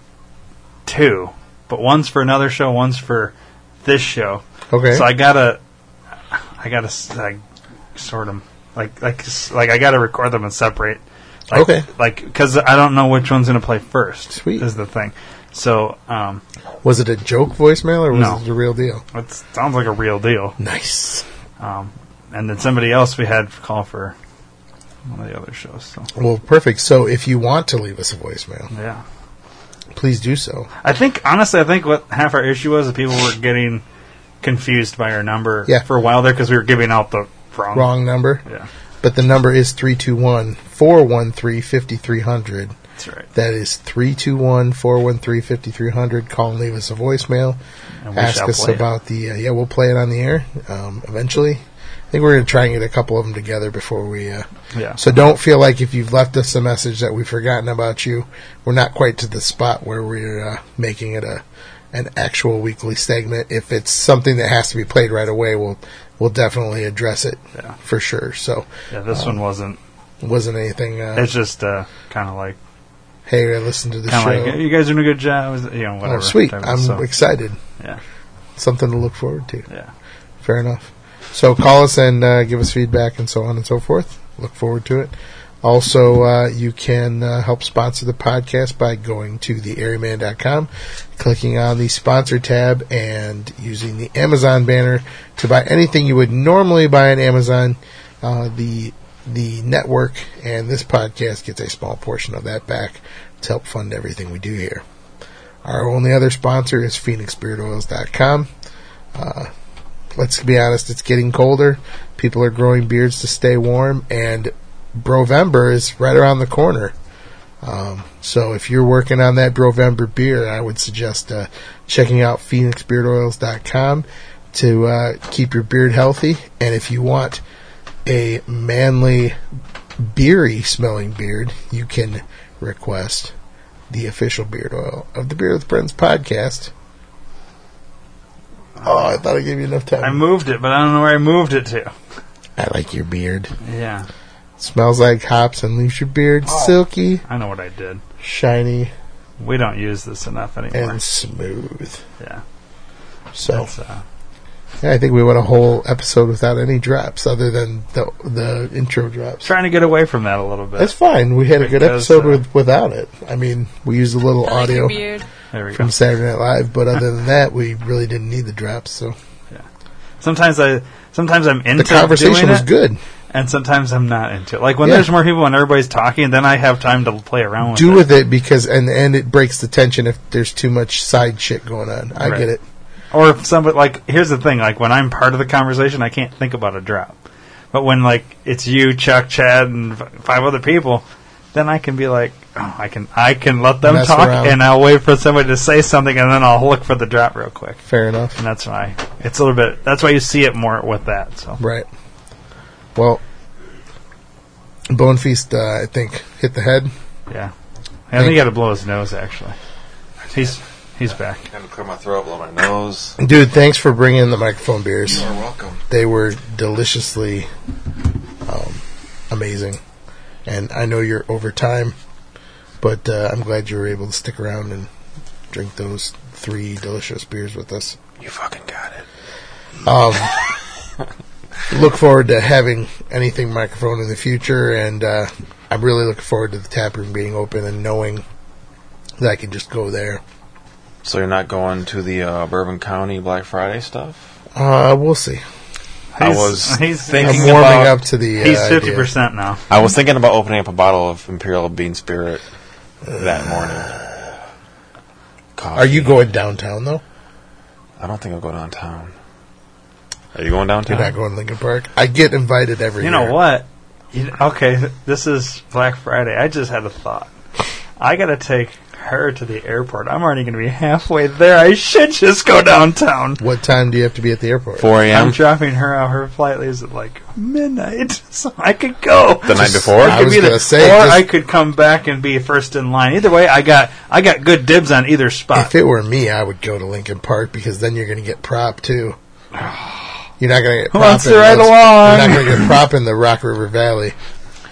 Speaker 2: two, but one's for another show, one's for this show.
Speaker 1: Okay.
Speaker 2: So I gotta, I gotta s- like sort them, like like s- like I gotta record them and separate. Like,
Speaker 1: Okay.
Speaker 2: Like because I don't know which one's gonna play first.
Speaker 1: Sweet.
Speaker 2: is the thing. So um,
Speaker 1: Was it a joke voicemail or was
Speaker 2: No.
Speaker 1: it the real deal?
Speaker 2: it sounds like a real deal.
Speaker 1: Nice.
Speaker 2: Um, and then somebody else we had call for one of the other shows. So
Speaker 1: Well, perfect. So if you want to leave us a voicemail,
Speaker 2: yeah,
Speaker 1: please do so.
Speaker 2: I think honestly, I think what half our issue was that people were getting confused by our number
Speaker 1: Yeah.
Speaker 2: for a while there because we were giving out the wrong.
Speaker 1: Wrong number.
Speaker 2: Oh. Yeah,
Speaker 1: But the number is 321 413 5300.
Speaker 2: that's right.
Speaker 1: That is 321 413 5300. Call and leave us a voicemail.
Speaker 2: And we
Speaker 1: Ask
Speaker 2: shall
Speaker 1: us
Speaker 2: play it.
Speaker 1: about the. Uh, yeah, we'll play it on the air um, eventually. I think we're going to try and get a couple of them together before we. Uh,
Speaker 2: Yeah.
Speaker 1: So don't feel like if you've left us a message that we've forgotten about you. We're not quite to the spot where we're uh, making it a an actual weekly segment. If it's something that has to be played right away, we'll we'll definitely address it
Speaker 2: Yeah.
Speaker 1: for sure. So
Speaker 2: Yeah, this one wasn't.
Speaker 1: wasn't anything. Uh,
Speaker 2: It's just uh, kind of like
Speaker 1: hey, I listened to the show.
Speaker 2: kind of like you guys are doing a good job. is- You know, whatever.
Speaker 1: oh, sweet!
Speaker 2: type of-
Speaker 1: I'm
Speaker 2: so,
Speaker 1: excited.
Speaker 2: yeah,
Speaker 1: Something to look forward to.
Speaker 2: yeah.
Speaker 1: Fair enough. So call us and uh, give us feedback and so on and so forth. Look forward to it. Also, uh, you can uh, help sponsor the podcast by going to theairyman.com, clicking on the sponsor tab, and using the Amazon banner to buy anything you would normally buy on Amazon. Uh, the the network and this podcast gets a small portion of that back to help fund everything we do here. Our only other sponsor is PhoenixBeardOils.com. Uh, let's be honest, it's getting colder. People are growing beards to stay warm, and Brovember is right around the corner. Um, so if you're working on that Brovember beer, I would suggest uh, checking out PhoenixBeardOils.com to uh, keep your beard healthy. And if you want a manly, beery smelling beard, you can request the official beard oil of the Beard with Friends podcast. Oh, I thought I gave you enough time.
Speaker 2: I moved it, but I don't know where I moved it to.
Speaker 1: I like your beard.
Speaker 2: Yeah.
Speaker 1: Smells like hops and leaves your beard
Speaker 2: Oh.
Speaker 1: silky,
Speaker 2: I know what I did.
Speaker 1: shiny,
Speaker 2: We don't use this enough anymore.
Speaker 1: and smooth.
Speaker 2: yeah.
Speaker 1: So
Speaker 2: That's, uh,
Speaker 1: yeah, I think we went a whole episode without any drops other than the the intro drops.
Speaker 2: trying to get away from that a little bit.
Speaker 1: That's fine. We had a good
Speaker 2: Because,
Speaker 1: episode
Speaker 2: uh,
Speaker 1: with, without it. I mean, we used a little audio
Speaker 2: There we go.
Speaker 1: from Saturday Night Live, but other than that, we really didn't need the drops. So
Speaker 2: Sometimes I sometimes I'm into
Speaker 1: the conversation
Speaker 2: doing
Speaker 1: was
Speaker 2: it,
Speaker 1: good.
Speaker 2: and sometimes I'm not into it. Like when
Speaker 1: Yeah.
Speaker 2: there's more people and everybody's talking, then I have time to play around with
Speaker 1: Do
Speaker 2: it.
Speaker 1: with it because and and it breaks the tension if there's too much side shit going on. I
Speaker 2: Right.
Speaker 1: get it.
Speaker 2: Or if somebody like here's the thing, like when I'm part of the conversation, I can't think about a drop. But when like it's you, Chuck, Chad, and f- five other people, then I can be like, oh, I can I can let them
Speaker 1: Mess
Speaker 2: talk,
Speaker 1: around.
Speaker 2: and I'll wait for somebody to say something, and then I'll look for the drop real quick.
Speaker 1: Fair enough.
Speaker 2: And that's why it's a little bit. That's why you see it more with that. So
Speaker 1: Right. Well, Bone Feast, uh, I think, hit the head.
Speaker 2: yeah, I think he got to blow his nose actually. He's he's back.
Speaker 3: Had to clear my throat, blow my nose.
Speaker 1: Dude, thanks for bringing the microphone beers.
Speaker 3: You are welcome.
Speaker 1: They were deliciously um, amazing. And I know you're over time, but uh, I'm glad you were able to stick around and drink those three delicious beers with us.
Speaker 3: You fucking got it.
Speaker 1: Um, look forward to having anything microphone in the future, and uh, I'm really looking forward to the tap room being open and knowing that I can just go there.
Speaker 3: So you're not going to the uh, Bourbon County Black Friday stuff?
Speaker 1: Uh, we'll see.
Speaker 3: I
Speaker 2: He's-
Speaker 3: was
Speaker 2: he's-
Speaker 3: thinking
Speaker 1: I'm warming
Speaker 3: about.
Speaker 1: up to the. Uh,
Speaker 2: He's
Speaker 1: idea.
Speaker 2: fifty percent now.
Speaker 3: I was thinking about opening up a bottle of Imperial Bean Spirit that morning.
Speaker 1: Are you going downtown though?
Speaker 3: I don't think I'll go downtown. Are you going
Speaker 1: You're
Speaker 3: downtown?
Speaker 1: not going to Lincoln Park. I get invited every.
Speaker 2: Uh-huh. You
Speaker 1: year.
Speaker 2: know what? You- okay, th- this is Black Friday. I just had a thought. I gotta take her to the airport. I'm already gonna be halfway there. I should just go downtown.
Speaker 1: What time do you have to be at the airport?
Speaker 3: 4
Speaker 2: I'm
Speaker 3: a.m.
Speaker 2: dropping her out. Her flight leaves at like midnight, so I could go.
Speaker 3: The night before?
Speaker 2: I
Speaker 1: I
Speaker 2: could
Speaker 1: was
Speaker 2: be
Speaker 1: gonna
Speaker 2: there.
Speaker 1: say,
Speaker 2: or
Speaker 1: just-
Speaker 2: I could come back and be first in line. Either way, I got I got good dibs on either spot.
Speaker 1: If it were me, I would go to Lincoln Park because then you're going to get prop too. You're not going to get prop
Speaker 2: Wants
Speaker 1: in
Speaker 2: to ride
Speaker 1: those- You're not
Speaker 2: along.
Speaker 1: going to get prop in the Rock River Valley.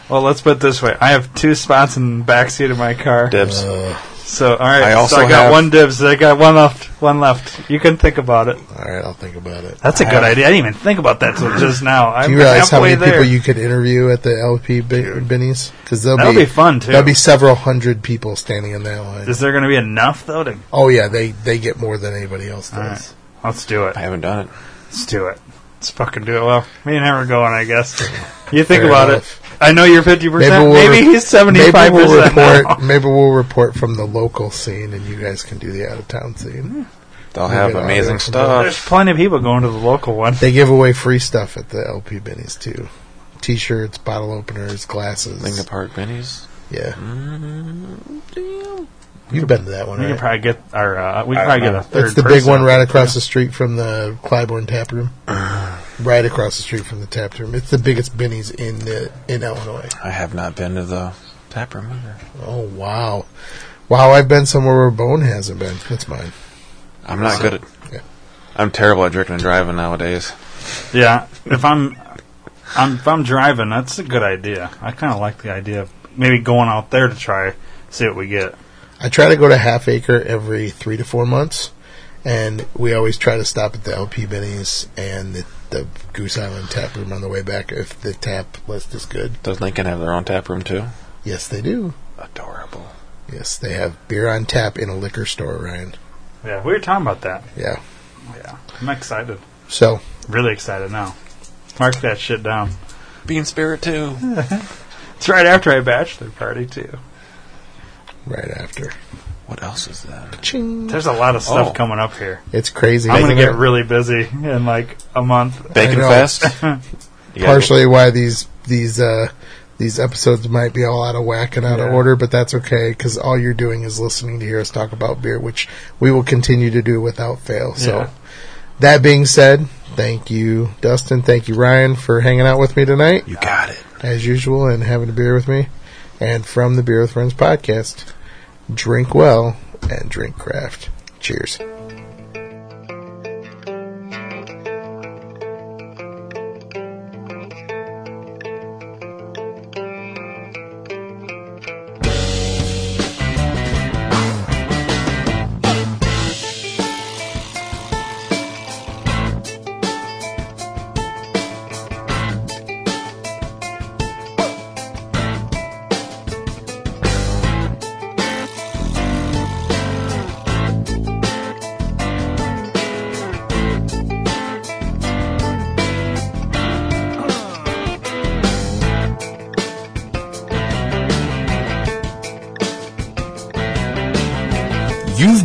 Speaker 2: well, let's put it this way: I have two spots in the back seat of my car.
Speaker 3: Dibs.
Speaker 2: Uh, So all right,
Speaker 3: I also
Speaker 2: so I got
Speaker 3: have-
Speaker 2: one dibs. I got one left. One left. You can think about it.
Speaker 1: All right, I'll think about it.
Speaker 2: That's a
Speaker 3: I
Speaker 2: good
Speaker 3: have-
Speaker 2: idea. I didn't even think about that till just now. I'm
Speaker 1: Do you realize how
Speaker 2: halfway
Speaker 1: many
Speaker 2: there.
Speaker 1: people you could interview at the LP bin- Binnies? Because there'll
Speaker 2: That'll
Speaker 1: be,
Speaker 2: be fun, too.
Speaker 1: There'll be several hundred people standing in that line.
Speaker 2: Is there going to be enough though? To
Speaker 1: oh yeah, they they get more than anybody else does.
Speaker 2: All right. let's do it.
Speaker 3: I haven't done it.
Speaker 2: Let's do it. Let's fucking do it. Well, me and him are going. I guess. You think
Speaker 1: Fair
Speaker 2: about
Speaker 1: enough.
Speaker 2: it. I know you're fifty percent.
Speaker 1: we'll
Speaker 2: Maybe
Speaker 1: re-
Speaker 2: he's seventy five
Speaker 1: Maybe we'll
Speaker 2: percent.
Speaker 1: report. Maybe we'll report from the local scene, and you guys can do the out of town scene. We'll
Speaker 3: They'll have
Speaker 1: get audio
Speaker 3: amazing
Speaker 1: from Bourbon.
Speaker 2: There's
Speaker 3: stuff.
Speaker 2: plenty of people going to the local one.
Speaker 1: They give away free stuff at the LP Binnies too: t-shirts, bottle openers, glasses.
Speaker 3: Lincoln Park Bennies.
Speaker 1: Yeah,
Speaker 2: Mm-hmm.
Speaker 1: you've been to that one,
Speaker 2: We can
Speaker 1: right?
Speaker 2: probably get our. Uh, we can
Speaker 3: I
Speaker 2: probably
Speaker 3: don't
Speaker 2: get a
Speaker 3: know.
Speaker 2: third.
Speaker 1: That's the big
Speaker 2: person.
Speaker 1: one right across the street from the Clybourne Tap Room.
Speaker 2: Uh.
Speaker 1: right across the street from the Tap Room. It's the biggest Binnies in the, in Illinois.
Speaker 3: I have not been to the tap room either.
Speaker 1: Oh wow, wow! I've been somewhere where Bone hasn't been. That's mine.
Speaker 3: I'm not good at.
Speaker 1: Yeah.
Speaker 3: I'm terrible at drinking and driving nowadays.
Speaker 2: Yeah, if I'm, I'm if I'm driving, that's a good idea. I kind of like the idea of maybe going out there to try see what we get.
Speaker 1: I try to go to Half Acre every three to four months, and we always try to stop at the LP Binnies and the, the Goose Island Tap Room on the way back if the tap list is good.
Speaker 3: Does Lincoln have their own tap room too?
Speaker 1: Yes, they do.
Speaker 3: Adorable.
Speaker 1: Yes, they have beer on tap in a liquor store, Ryan.
Speaker 2: Yeah, we were talking about that.
Speaker 1: Yeah.
Speaker 2: Yeah, I'm excited.
Speaker 1: So
Speaker 2: Really excited now. Mark that shit down.
Speaker 3: Bean Spirit too.
Speaker 2: It's right after a bachelor party too.
Speaker 1: right after,
Speaker 3: What else is that?
Speaker 1: ching.
Speaker 2: There's a lot of stuff
Speaker 3: Oh.
Speaker 2: coming up here.
Speaker 1: It's crazy.
Speaker 2: I'm gonna
Speaker 1: Isn't
Speaker 2: get
Speaker 1: it?
Speaker 2: really busy in like a month.
Speaker 3: Bacon
Speaker 1: know.
Speaker 3: Fest. You guys-
Speaker 1: partially why these these uh, these episodes might be all out of whack and out of
Speaker 2: Yeah.
Speaker 1: order, but that's okay because all you're doing is listening to hear us talk about beer, which we will continue to do without fail. So,
Speaker 2: Yeah.
Speaker 1: that being said, thank you, Dustin. Thank you, Ryan, for hanging out with me tonight. You got it. As usual, and having a beer with me. And from the Beer with Friends podcast, drink well and drink craft. Cheers.
Speaker 12: You've